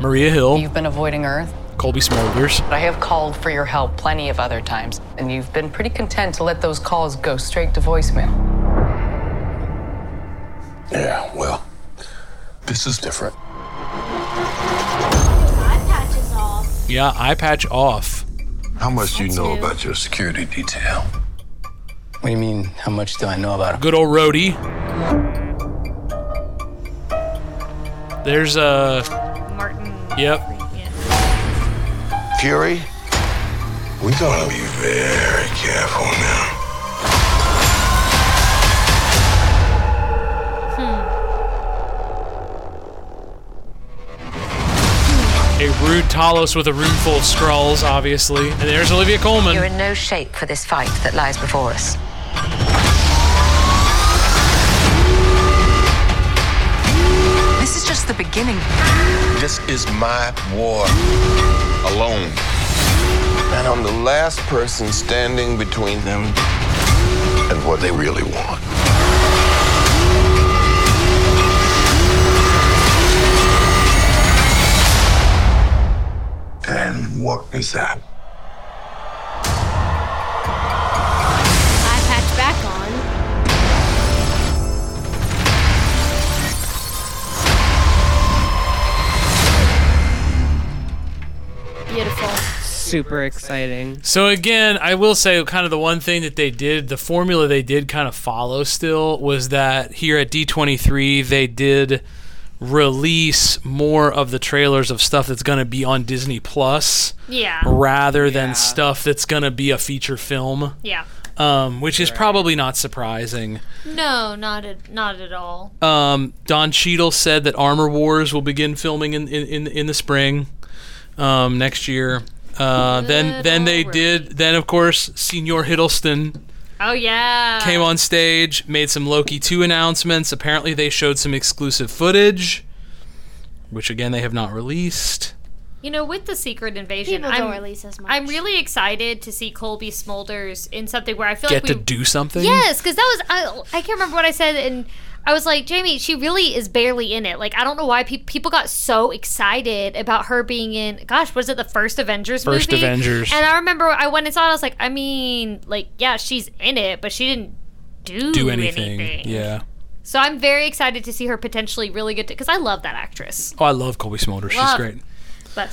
S5: Maria Hill,
S12: you've been avoiding Earth.
S5: Colby Smulders.
S12: I have called for your help plenty of other times, and you've been pretty content to let those calls go straight to voicemail.
S13: Yeah, well, this is different.
S5: Yeah, eye patch off.
S13: How much do you know about your security detail? What do you mean, how much do I know about it?
S5: Good old roadie. There's a.
S4: Martin.
S5: Yep.
S13: Fury? We gotta be very careful now.
S5: A rude Talos with a room full of Skrulls, obviously. And there's Olivia
S14: You're
S5: Coleman.
S14: in no shape for this fight that lies before us.
S10: This is just the beginning.
S13: This is my war. Alone. And I'm the last person standing between them and what they really want. And what is that?
S3: Eye patch back on. Beautiful.
S2: Super exciting.
S5: So again, I will say kind of the one thing that they did, the formula they did kind of follow still was that here at D23 they did release more of the trailers of stuff that's going to be on Disney Plus
S4: Yeah.
S5: rather than stuff that's going to be a feature film.
S4: Yeah.
S5: Um, which is probably not surprising.
S4: No, not at not at all.
S5: Um, Don Cheadle said that Armor Wars will begin filming in in, in, in the spring um, next year. Uh, then then they did then of course Senior Hiddleston
S4: Oh yeah.
S5: came on stage, made some Loki two announcements. Apparently they showed some exclusive footage, which again they have not released.
S4: You know, with the Secret Invasion,
S3: People
S4: I'm,
S3: don't release as much.
S4: I'm really excited to see Colby Smulders in something where I feel
S5: Get
S4: like we
S5: to do something?
S4: Yes, because that was I, I can't remember what I said, and I was like, Jamie, she really is barely in it. Like, I don't know why pe- people got so excited about her being in. Gosh, was it the first Avengers
S5: First
S4: movie?
S5: Avengers.
S4: And I remember I went and saw it. I was like, I mean, like, yeah, she's in it, but she didn't do,
S5: Do anything.
S4: anything.
S5: Yeah.
S4: So I'm very excited to see her potentially really good because I love that actress.
S5: Oh, I love Colby Smulders. She's
S4: Love.
S5: great.
S4: But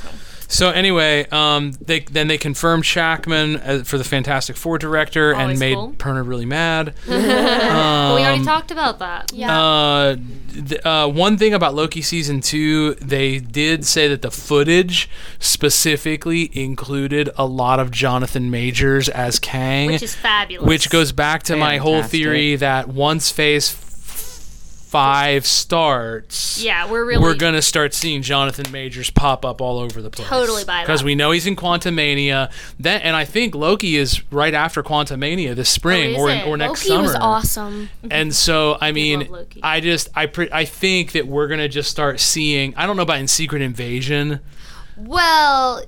S5: So anyway, um, they then they confirmed Shackman as, for the Fantastic Four director
S4: Always
S5: and made
S4: cool.
S5: Perna really mad.
S4: But we already
S5: Um,
S4: talked about that.
S5: Uh, th- uh, one thing about Loki season two, they did say that the footage specifically included a lot of Jonathan Majors as Kang,
S4: Which is fabulous.
S5: Which goes back to my whole
S4: Fantastic.
S5: theory that once Phase f- Five starts,
S4: Yeah, we're really-
S5: we're gonna start seeing Jonathan Majors pop up all over the place.
S4: Totally buy that.
S5: because we know he's in Quantumania. That and I think Loki is right after Quantumania
S4: Oh,
S5: this spring or in, or next
S3: Loki
S5: summer
S3: was awesome.
S5: and so I mean, I just I pre- I think that we're gonna just start seeing. I don't know about in Secret Invasion,
S4: Well,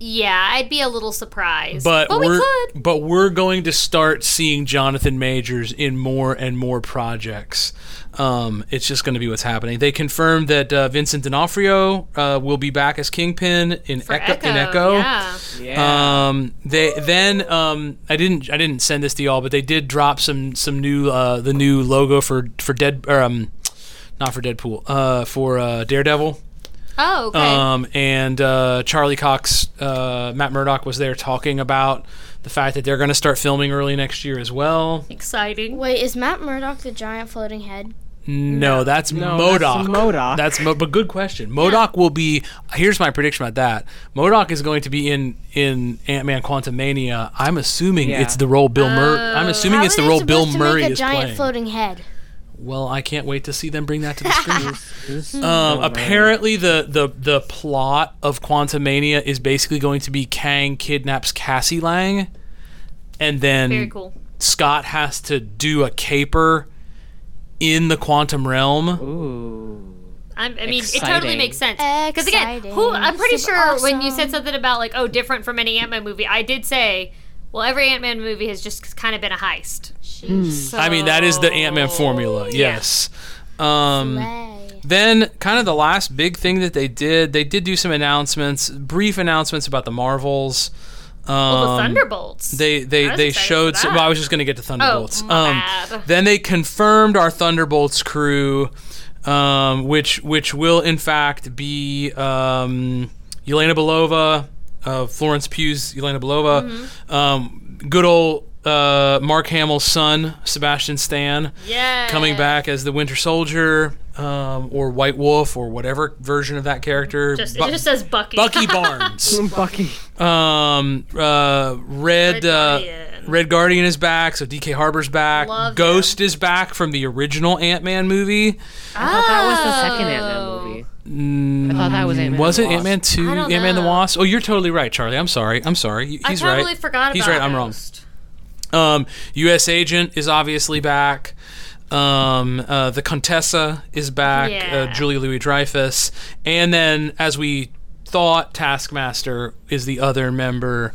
S4: yeah, I'd be a little surprised.
S5: but,
S4: we
S5: we're
S4: could.
S5: but we're going to start seeing Jonathan Majors in more and more projects. Um, it's just going to be what's happening. They confirmed that uh, Vincent D'Onofrio uh, will be back as Kingpin in Echo, In Echo.
S4: yeah.
S5: Um, they then um, I didn't I didn't send this to y'all, but they did drop some some new uh, the new logo for for Dead or, um, not for Deadpool uh, for uh, Daredevil.
S4: Oh, okay.
S5: Um, and uh, Charlie Cox, uh, Matt Murdock was there talking about the fact that they're going to start filming early next year as well.
S4: Exciting.
S3: Wait, is Matt Murdock the giant floating head?
S5: No, that's
S2: No,
S5: Modoc.
S2: that's Modoc.
S5: That's Mo- but good question. Modoc will be. Here's my prediction about that. Modoc is going to be in in Ant Man Quantumania. I'm assuming
S2: Yeah.
S5: it's the role Bill Murray. I'm assuming
S3: Oh, How
S5: it's
S3: are
S5: the
S3: they
S5: role Bill
S3: supposed to
S5: Murray
S3: make a
S5: is
S3: giant
S5: playing.
S3: floating head.
S5: well, I can't wait to see them bring that to the screen.
S2: Bill
S5: um,
S2: Murray.
S5: apparently, the the the plot of Quantumania is basically going to be Kang kidnaps Cassie Lang, and then
S4: Very cool.
S5: Scott has to do a caper in the quantum realm. Ooh.
S4: I'm, I mean, it totally
S5: Exciting.
S4: makes sense. Because again, who I'm pretty
S3: Super
S4: sure when you said something about like, oh, different from any Ant Man movie, I did say, well, every Ant Man movie has just kind of been a heist.
S5: Hmm. I mean, that is the Ant Man formula. Yes. Um, then, kind of the last big thing that they did, they did do some announcements, brief announcements about the Marvels. Um,
S4: Well, the Thunderbolts.
S5: They they,
S4: I was
S5: they
S4: excited
S5: showed.
S4: for that.
S5: Some,
S4: Oh,
S5: well, I was just going to get to Thunderbolts.
S4: my
S5: um,
S4: bad.
S5: then they confirmed our Thunderbolts crew, um, which which will in fact be um, Yelena Belova, uh, Florence Pugh's Yelena Belova,
S4: Mm-hmm.
S5: um, good old uh, Mark Hamill's son Sebastian Stan,
S4: Yeah.
S5: coming back as the Winter Soldier um, or White Wolf or whatever version of that character.
S4: Just,
S5: Bu-
S4: it just says Bucky.
S5: Bucky Barnes. Bucky. Um, uh,
S4: Red
S5: Red uh,
S4: Guardian.
S5: Red Guardian is back. So DK Harbor's back.
S4: Love
S5: Ghost is back from the original Ant Man movie.
S15: I thought that was
S4: Oh.
S15: the second
S2: Oh.
S15: Ant-Man movie. I thought that was Ant-Man.
S5: was
S15: and
S5: it
S15: the
S5: Ant Man two?
S4: I don't
S5: Ant Man the
S4: know.
S5: Wasp. Oh, you're totally right, Charlie. I'm sorry. I'm sorry. He-
S4: I
S5: He's
S4: totally
S5: right.
S4: forgot
S5: He's
S4: about
S5: right. I'm wrong. Um, U.S. Agent is obviously back. Um, uh, the Contessa is back.
S2: Yeah.
S5: Uh, Julia Louis Dreyfus, and then as we thought, Taskmaster is the other member.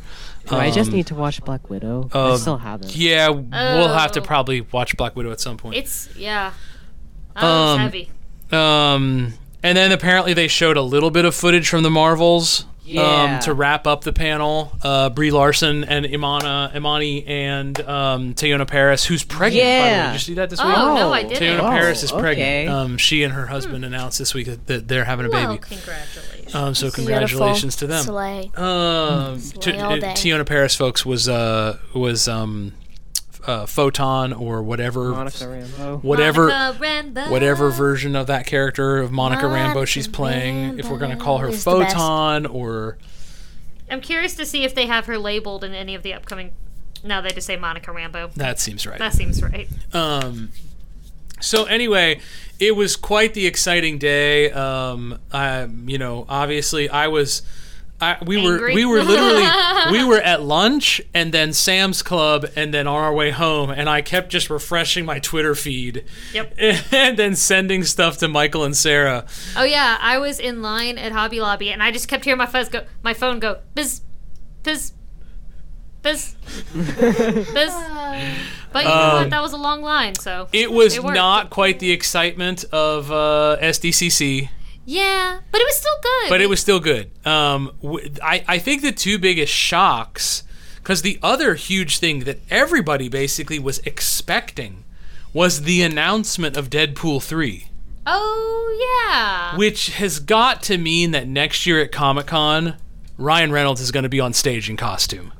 S15: Wasp. I just
S5: um,
S15: need to watch Black Widow. I
S5: uh,
S15: still haven't.
S5: Yeah, we'll have to
S4: Oh.
S5: probably watch Black Widow at some point.
S4: It's yeah. Oh, it's
S5: Um,
S4: heavy.
S5: Um, and then apparently they showed a little bit of footage from the Marvels.
S2: Yeah.
S5: Um, to wrap up the panel, uh, Brie Larson and Imana, Imani and um, Tayona Paris, who's pregnant. By the way.
S2: Yeah.
S5: Did you see that this
S2: Oh,
S5: week?
S2: no, I didn't.
S5: Tayona Paris is
S2: Oh, okay.
S5: pregnant. Um, she and her husband announced this week that, that they're having a
S2: Well,
S5: baby. congratulations. Um, so
S2: Beautiful.
S5: congratulations to them.
S3: Slay.
S5: Um, T-
S3: all day.
S5: Tiona Paris, folks, was uh, was um, uh, Photon or whatever,
S2: Monica Rambeau.
S5: whatever,
S4: Monica Rambeau.
S5: whatever version of that character of Monica Rambo
S4: Monica
S5: she's playing. If we're gonna call her
S4: is the best.
S5: Photon or
S4: I'm curious to see if they have her labeled in any of the upcoming. No, they just say Monica Rambo.
S5: That seems right.
S4: That seems right.
S5: Um, so anyway, it was quite the exciting day. Um, I, you know, obviously I was, I, we were we were literally we were at lunch and then Sam's Club and then on our way home and I kept just refreshing my Twitter feed.
S4: Yep.
S5: And then sending stuff to Michael and Sarah.
S4: Oh yeah, I was in line at Hobby Lobby and I just kept hearing my fuzz go my phone go biz biz biz biz. But you know
S5: Uh, Um,
S4: what? That was a long line, so
S5: It was
S4: worked.
S5: not quite the excitement of uh, SDCC.
S4: Yeah, but it was still good.
S5: But it was still good. Um, w- I, I think the two biggest shocks, because the other huge thing that everybody basically was expecting was the announcement of Deadpool 3,
S4: Oh yeah.
S5: which has got to mean that next year at Comic Con, Ryan Reynolds is going to be on stage in costume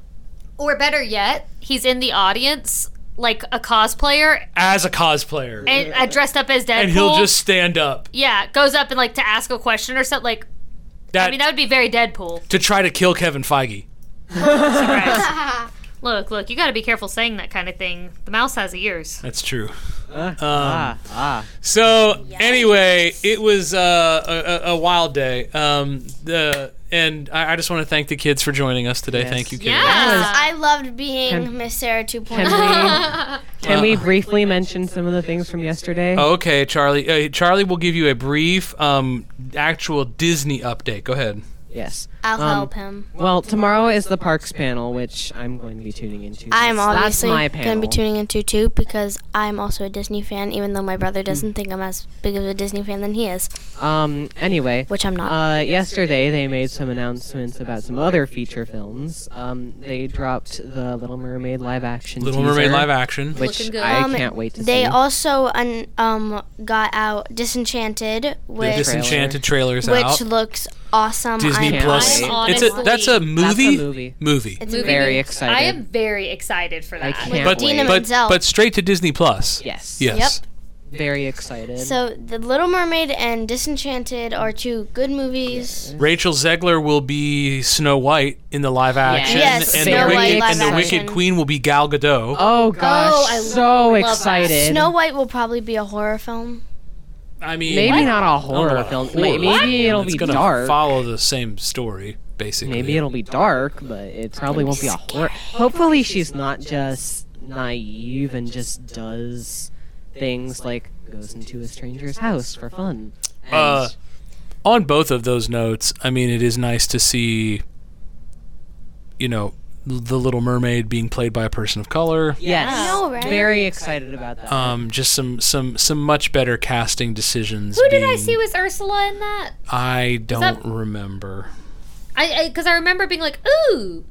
S4: Or better yet, he's in the audience like a cosplayer
S5: as a cosplayer.
S4: and uh, dressed up as Deadpool.
S5: And he'll just stand up
S4: yeah goes up and like to ask a question or something. Like I
S5: That-
S4: mean, that would be very Deadpool.
S5: to try to kill Kevin Feige.
S4: Surprise. look, look, you got to be careful saying that kind of thing. The mouse has ears.
S5: That's true. um,
S2: ah,
S5: So anyway, it was uh, a, a, a wild day. Um, the and I, I just want to thank the kids for joining us today. Thank you, kids.
S3: Yes, I loved being
S2: Can-
S3: Miss Sarah oh. 2.0.
S5: Uh,
S2: Can we briefly mention some of the things from yesterday?
S5: Oh, Okay, Charlie. Uh, Charlie will give you a brief um, actual Disney update. Go ahead.
S2: Yes.
S3: I'll
S2: Um,
S3: help him.
S2: Well, tomorrow is the parks panel, which I'm going to be tuning into.
S3: I'm
S2: That's-
S3: obviously
S2: that's my
S3: going to
S2: panel.
S3: be tuning into too because I'm also a Disney fan, even though my brother doesn't think I'm as big of a Disney fan than he is.
S2: Um. Anyway,
S3: which I'm
S2: not. Uh, yesterday they made some announcements about some other feature films. Um, they dropped the Little Mermaid live action.
S5: Little Mermaid
S2: teaser,
S5: live action.
S2: which
S5: Looking good.
S2: I
S3: Um,
S2: can't wait to
S3: they
S2: see.
S3: also un- um got out Disenchanted, which
S5: Disenchanted trailer's
S3: which
S5: out.
S3: looks awesome.
S5: Disney
S3: I'm
S5: Plus.
S3: I'm
S5: it's a that's a
S3: honestly-
S5: movie.
S2: movie.
S3: It's
S4: Movie
S2: very
S4: news.
S2: excited.
S4: I am very excited for that.
S2: can't
S5: But,
S3: Idina
S5: but,
S3: Menzel.
S5: but straight to Disney Plus.
S2: Yes.
S5: Yes.
S2: Very excited.
S3: So the Little Mermaid and Disenchanted are two good movies.
S5: Rachel Zegler will be Snow White in the live action,
S3: Yes,
S5: and,
S3: Snow
S5: the,
S3: White
S5: wicked,
S3: live
S5: and the
S3: action.
S5: Wicked Queen will be Gal Gadot.
S2: Oh gosh,
S3: Oh, I
S2: so
S3: love that.
S2: excited.
S3: Snow White will probably be a horror film.
S5: I mean,
S2: Maybe What? not a horror film. Ma- maybe it'll
S5: it's
S2: be
S5: gonna
S2: dark.
S5: Follow the same story, basically.
S2: Maybe it'll be dark, but it probably won't be a horror. Hopefully, she's not just naive and just does things like goes into a stranger's house for fun. And
S5: Uh, on both of those notes, I mean, it is nice to see, you know, l- the Little Mermaid being played by a person of color.
S2: yes,
S3: I know, right?
S2: very excited about that.
S5: Um, just some some some much better casting decisions.
S4: Who did I
S5: being-
S4: see was Ursula in that?
S5: I don't
S4: that-
S5: remember.
S4: I because I, remember being like, ooh.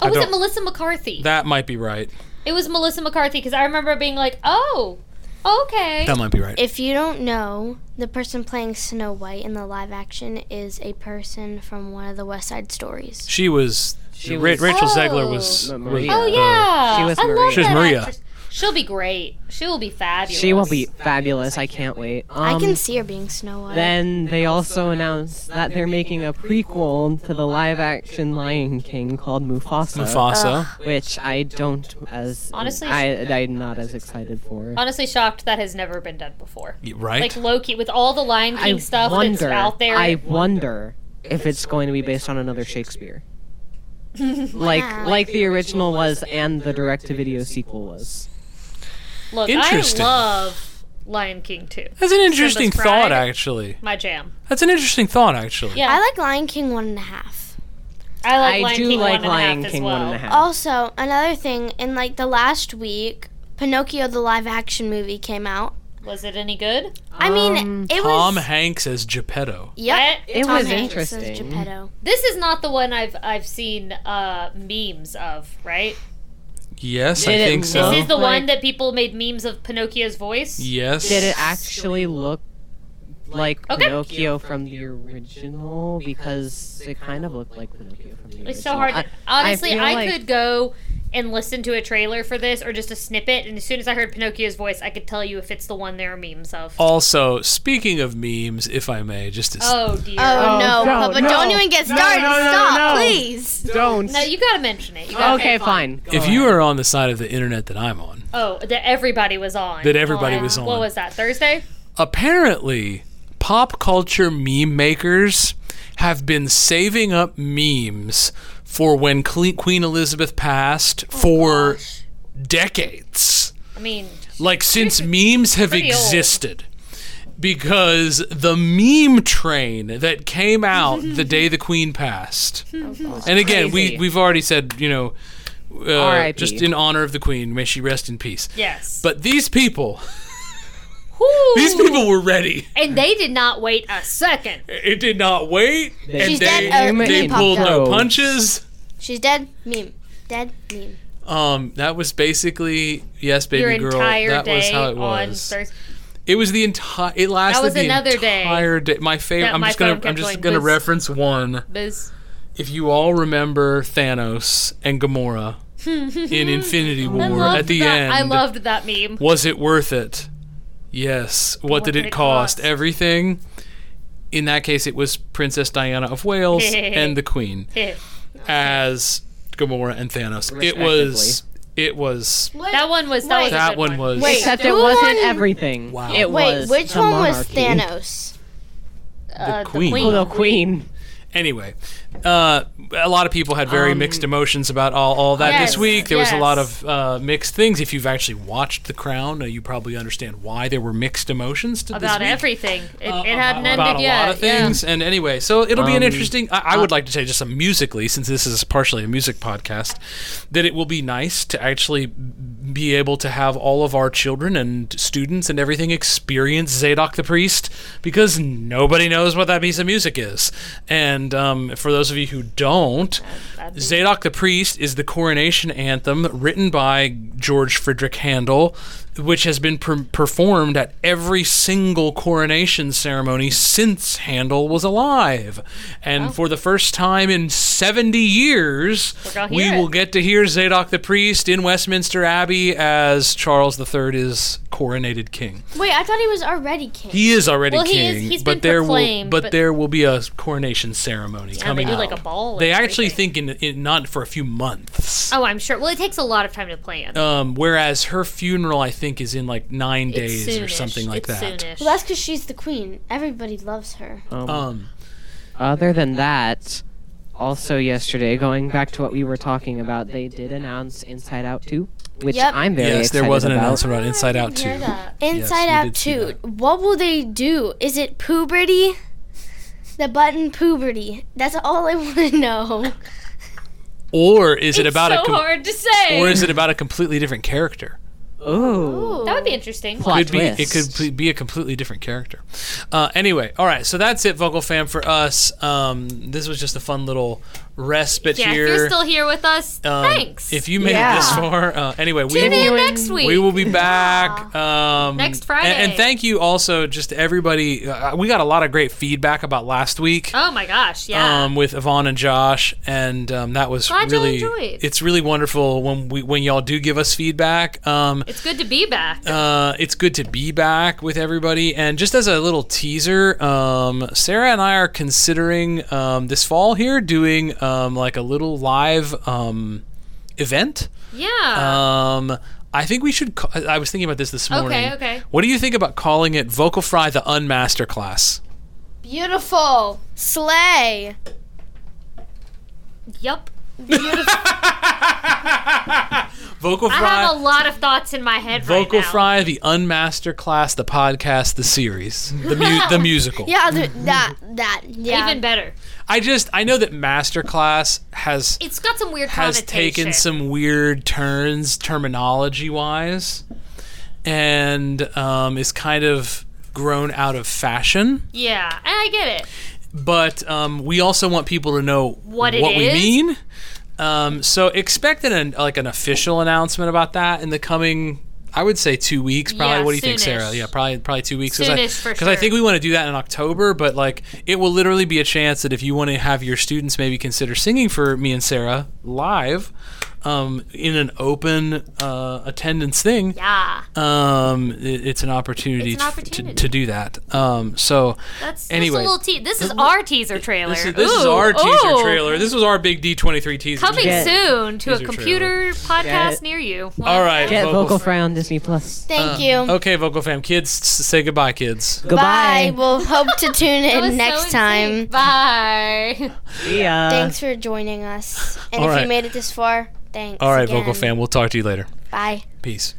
S4: Oh,
S5: I
S4: was it
S5: don't-
S4: Melissa McCarthy?
S5: That might be right.
S4: it was Melissa McCarthy because I remember being like, oh, okay.
S5: That might be right.
S3: If you don't know, the person playing Snow White in the live action is a person from one of the West Side stories.
S5: She was.
S2: She
S5: Ra-
S2: was-
S5: Rachel Zegler
S4: Oh.
S5: was.
S2: Ma-
S5: was
S2: Maria.
S5: the-
S4: Oh yeah,
S2: Uh, She was
S4: I
S2: Maria.
S4: love
S5: She was
S4: that
S5: Maria.
S4: actress. She'll be great. She will be fabulous.
S2: she will be fabulous. I can't wait.
S3: I
S2: Um,
S3: can see her being Snow White.
S2: Then they also announced that they're making a prequel to the live-action Lion King called Mufasa.
S4: Uh,
S5: Mufasa.
S2: which I don't as
S4: Honestly-
S2: I, I'm not as excited for.
S4: Honestly, shocked that has never been done before.
S5: Y- right?
S4: Like Loki with all the Lion King
S2: I
S4: stuff
S2: wonder.
S4: that's out there.
S2: I wonder if it's going to be based on another Shakespeare, like like the original was and the direct-to-video sequel was.
S4: Look, I
S5: Interesting.
S4: love Lion King too.
S5: That's an interesting
S4: Simba's
S5: thought,
S4: Pride,
S5: actually.
S4: My jam.
S5: That's an interesting thought, actually.
S4: Yeah.
S3: I like Lion King one and a half.
S4: I like
S2: I
S4: Lion
S2: do
S4: King
S2: like
S4: one and a half
S2: Lion
S4: as
S2: King
S4: well. Oh,
S2: one and a half.
S3: Also, another thing, in like the last week, Pinocchio the live action movie came out.
S4: Was it any good?
S3: I mean, it
S5: Tom
S3: was.
S5: Hanks as Geppetto.
S3: Yep,
S2: It
S3: Tom
S2: was
S3: Hanks as
S2: interesting.
S3: Geppetto.
S4: This is not the one I've I've seen uh, memes of, right?
S5: Yes, I
S2: Did it
S5: think so.
S4: This is the
S2: Like-
S4: one that people made memes of Pinocchio's voice.
S5: Yes.
S2: Did it actually look like
S4: Okay.
S2: Pinocchio from the original? Because it kind of looked like Pinocchio from the original.
S4: It's so hard.
S2: I-
S4: to- honestly,
S2: feel
S4: I,
S2: like-
S4: could go and listen to a trailer for this or just a snippet, and as soon as I heard Pinocchio's voice, I could tell you if it's the one there are memes of.
S2: Oh.
S5: Also, speaking of memes, if I may, just to s-
S4: Oh dear.
S3: Oh, no,
S2: no,
S3: Papa,
S2: no,
S3: don't even get
S2: no,
S3: started.
S2: no, no,
S3: Stop,
S2: no.
S3: please.
S2: Don't.
S4: No, you gotta mention it. You gotta
S2: Okay,
S4: mention
S2: fine.
S4: it.
S5: if you are on the side of the internet that I'm on,
S4: Oh, that everybody was on.
S5: That everybody
S4: on-
S5: was on.
S4: Oh, What was that? Thursday?
S5: apparently, pop culture meme makers have been saving up memes for when Cle- Queen Elizabeth passed
S4: Oh,
S5: for decades.
S4: I mean,
S5: Like, since memes have
S4: pretty old.
S5: existed. Because the meme train that came out the day the Queen passed.
S4: Oh,
S5: And again, we, we've already said, you know, uh,
S2: R.I.P..
S5: just in honor of the Queen, may she rest in peace.
S4: Yes.
S5: But these people, these people were ready.
S4: and they did not wait a second.
S5: It did not wait.
S4: They-
S5: and
S4: She's
S5: they,
S4: dead, uh,
S5: they
S4: meme
S5: pulled
S4: popped
S5: no
S4: up.
S5: punches.
S3: She's dead. Meme. Dead. Meme.
S5: Um, that was basically yes, baby
S4: Your
S5: girl.
S4: entire
S5: that
S4: day
S5: was how it
S4: on
S5: was.
S4: Thursday.
S5: It was the entire. It lasted
S4: was
S5: the
S4: another day
S5: entire day. My favorite.
S4: that
S5: I'm
S4: my
S5: just gonna.
S4: phone kept
S5: I'm just
S4: going,
S5: gonna
S4: "Buzz."
S5: reference one.
S4: Buzz.
S5: If you all remember Thanos and Gamora in Infinity War
S4: I loved
S5: at the
S4: that-
S5: end,
S4: I loved that meme.
S5: was it worth it? Yes. What, did it, cost? Everything. In that case, it was Princess Diana of Wales and the Queen as Gamora and Thanos. It was. It was.
S4: that one was that was a
S5: that
S4: good
S5: one was.
S3: Wait,
S2: Except it
S3: who
S2: wasn't
S3: won-
S2: everything.
S5: Wow.
S2: It
S3: Wait,
S2: was
S3: which
S2: the
S3: one was
S2: monarchy.
S3: Thanos?
S4: Uh,
S5: Queen.
S2: Oh, the queen.
S5: Anyway, uh, a lot of people had
S4: Um,
S5: very mixed emotions about all, all that
S2: Yes,
S5: this week. There was
S2: yes.
S5: a lot of uh, mixed things. If you've actually watched The Crown, uh, you probably understand why there were mixed emotions to
S4: about
S5: this week. Uh,
S4: everything. It, it hadn't
S5: about
S4: ended
S5: a
S4: yet.
S5: lot of things. And anyway, so it'll be an
S2: Um,
S5: interesting. I, I would like to say just some musically, since this is partially a music podcast, that it will be nice to actually be able to have all of our children and students and everything experience Zadok the priest because nobody knows what that piece of music is. And um, for those of you who don't, Zadok the priest is the coronation anthem written by George Frederick Handel which has been per- performed at every single coronation ceremony since Handel was alive. And for the first time in 70 years,
S2: gonna
S5: we
S2: hear it.
S5: will get to hear Zadok the priest in Westminster Abbey as Charles III is coronated king.
S3: Wait, I thought he was already king.
S5: He is already
S3: Well, he
S5: king,
S3: is- he's been
S5: but there will
S3: proclaimed,
S5: but,
S3: but-
S5: there will be a coronation ceremony
S4: Yeah,
S5: coming
S4: they do
S5: up.
S4: like a ball and
S5: they actually think in, in not for a few months.
S4: Oh, I'm sure. Well, it takes a lot of time to plan.
S5: Um, whereas her funeral, I think, is in like nine days or
S4: soonish.
S5: something like that.
S3: Well, that's because she's the queen. Everybody loves her.
S2: Um,
S5: Um,
S2: other than that, also yesterday, going back to what we were talking about, they did announce Inside Out 2, which
S3: Yep.
S2: I'm very
S5: yes,
S2: excited
S5: there was an
S2: about.
S5: announcement about Inside Out too.
S3: Inside Out 2. What will they do? Is it puberty? The button puberty. That's all I want to know.
S5: Or is it
S4: It's
S5: about
S4: so
S5: a com-
S4: hard to say.
S5: or is it about a completely different character?
S2: Oh,
S4: That would be interesting.
S5: could be, it could ple- be a completely different character. Uh, anyway, all right, so that's it, Vocal Fam, for us. Um, this was just a fun little respite
S4: yeah,
S5: here.
S4: if you're still here with us,
S5: Um,
S4: thanks.
S5: If you made it
S4: Yeah.
S5: this far, uh, anyway, we
S4: Tune in
S5: will,
S4: next week.
S5: We will be back um,
S4: Next
S5: and-
S4: Friday.
S5: And, thank you also, just to everybody. Uh, we got a lot of great feedback about last week.
S4: Oh my gosh, yeah.
S5: um, with Yvonne and Josh, and um, that was
S4: Glad y'all
S5: really.
S4: enjoyed.
S5: It's really wonderful when we when y'all do give us feedback. Um,
S4: it's good to be back.
S5: uh, it's good to be back with everybody. And just as a little teaser, um, Sarah and I are considering um, this fall here doing um, like a little live um, event.
S4: Yeah.
S5: Um, I think we should. Ca- I I was thinking about this this
S4: Okay,
S5: morning.
S4: okay.
S5: What do you think about calling it Vocal Fry the Unmaster Class?
S3: Beautiful. Slay.
S4: Yep.
S5: Vocal
S4: I
S5: Fry.
S4: have a lot of thoughts in my head
S5: Vocal
S4: right now.
S5: Fry, the Unmaster Class, the podcast, the series, the mu- the musical.
S3: Yeah, the, that, that, yeah.
S4: Even better.
S5: I just I know that Master Class has
S4: It's got some weird
S5: has
S4: connotation.
S5: taken some weird turns terminology wise, and um, is kind of grown out of fashion.
S4: Yeah, and I get it.
S5: But um, we also want people to know
S4: What it
S5: we
S4: is?
S5: mean. Um, so expect an like an official announcement about that in the coming. I would say two weeks, probably.
S2: Yeah,
S5: what do you think,
S2: soonish.
S5: Sarah? Yeah, probably probably two weeks.
S2: Soonish
S5: Because I,
S2: for
S5: 'cause I
S2: sure.
S5: think we want to do that in October, but like it will literally be a chance that if you want to have your students maybe consider singing for me and Sarah live, um, in an open uh, attendance thing,
S4: yeah,
S5: um, it- it's an opportunity,
S4: It's an
S5: f-
S4: opportunity.
S5: To, to do that. Um, so
S4: That's just
S5: anyway,
S4: a little te- This is our teaser trailer.
S5: this, is, this is
S4: Ooh,
S5: our teaser
S4: ooh.
S5: trailer. This was our big D23 teaser.
S4: Coming
S5: Teaser
S4: soon to a
S5: trailer.
S4: computer podcast near you. Well,
S5: All right,
S2: Get Vocal
S5: Fam.
S2: Fry on Disney Plus.
S3: Thank
S5: Uh,
S3: you.
S5: Okay, Vocal Fam, kids, s- say goodbye, kids.
S3: Bye. We'll hope to tune
S4: That
S3: in
S4: was so
S3: next time.
S4: Bye.
S5: See ya.
S3: Thanks for joining us. And
S5: Uh, All
S3: if
S5: right.
S3: you made it this far, thanks.
S5: All right,
S3: again.
S5: Vocal Fam, we'll talk to you later.
S3: Bye.
S5: Peace.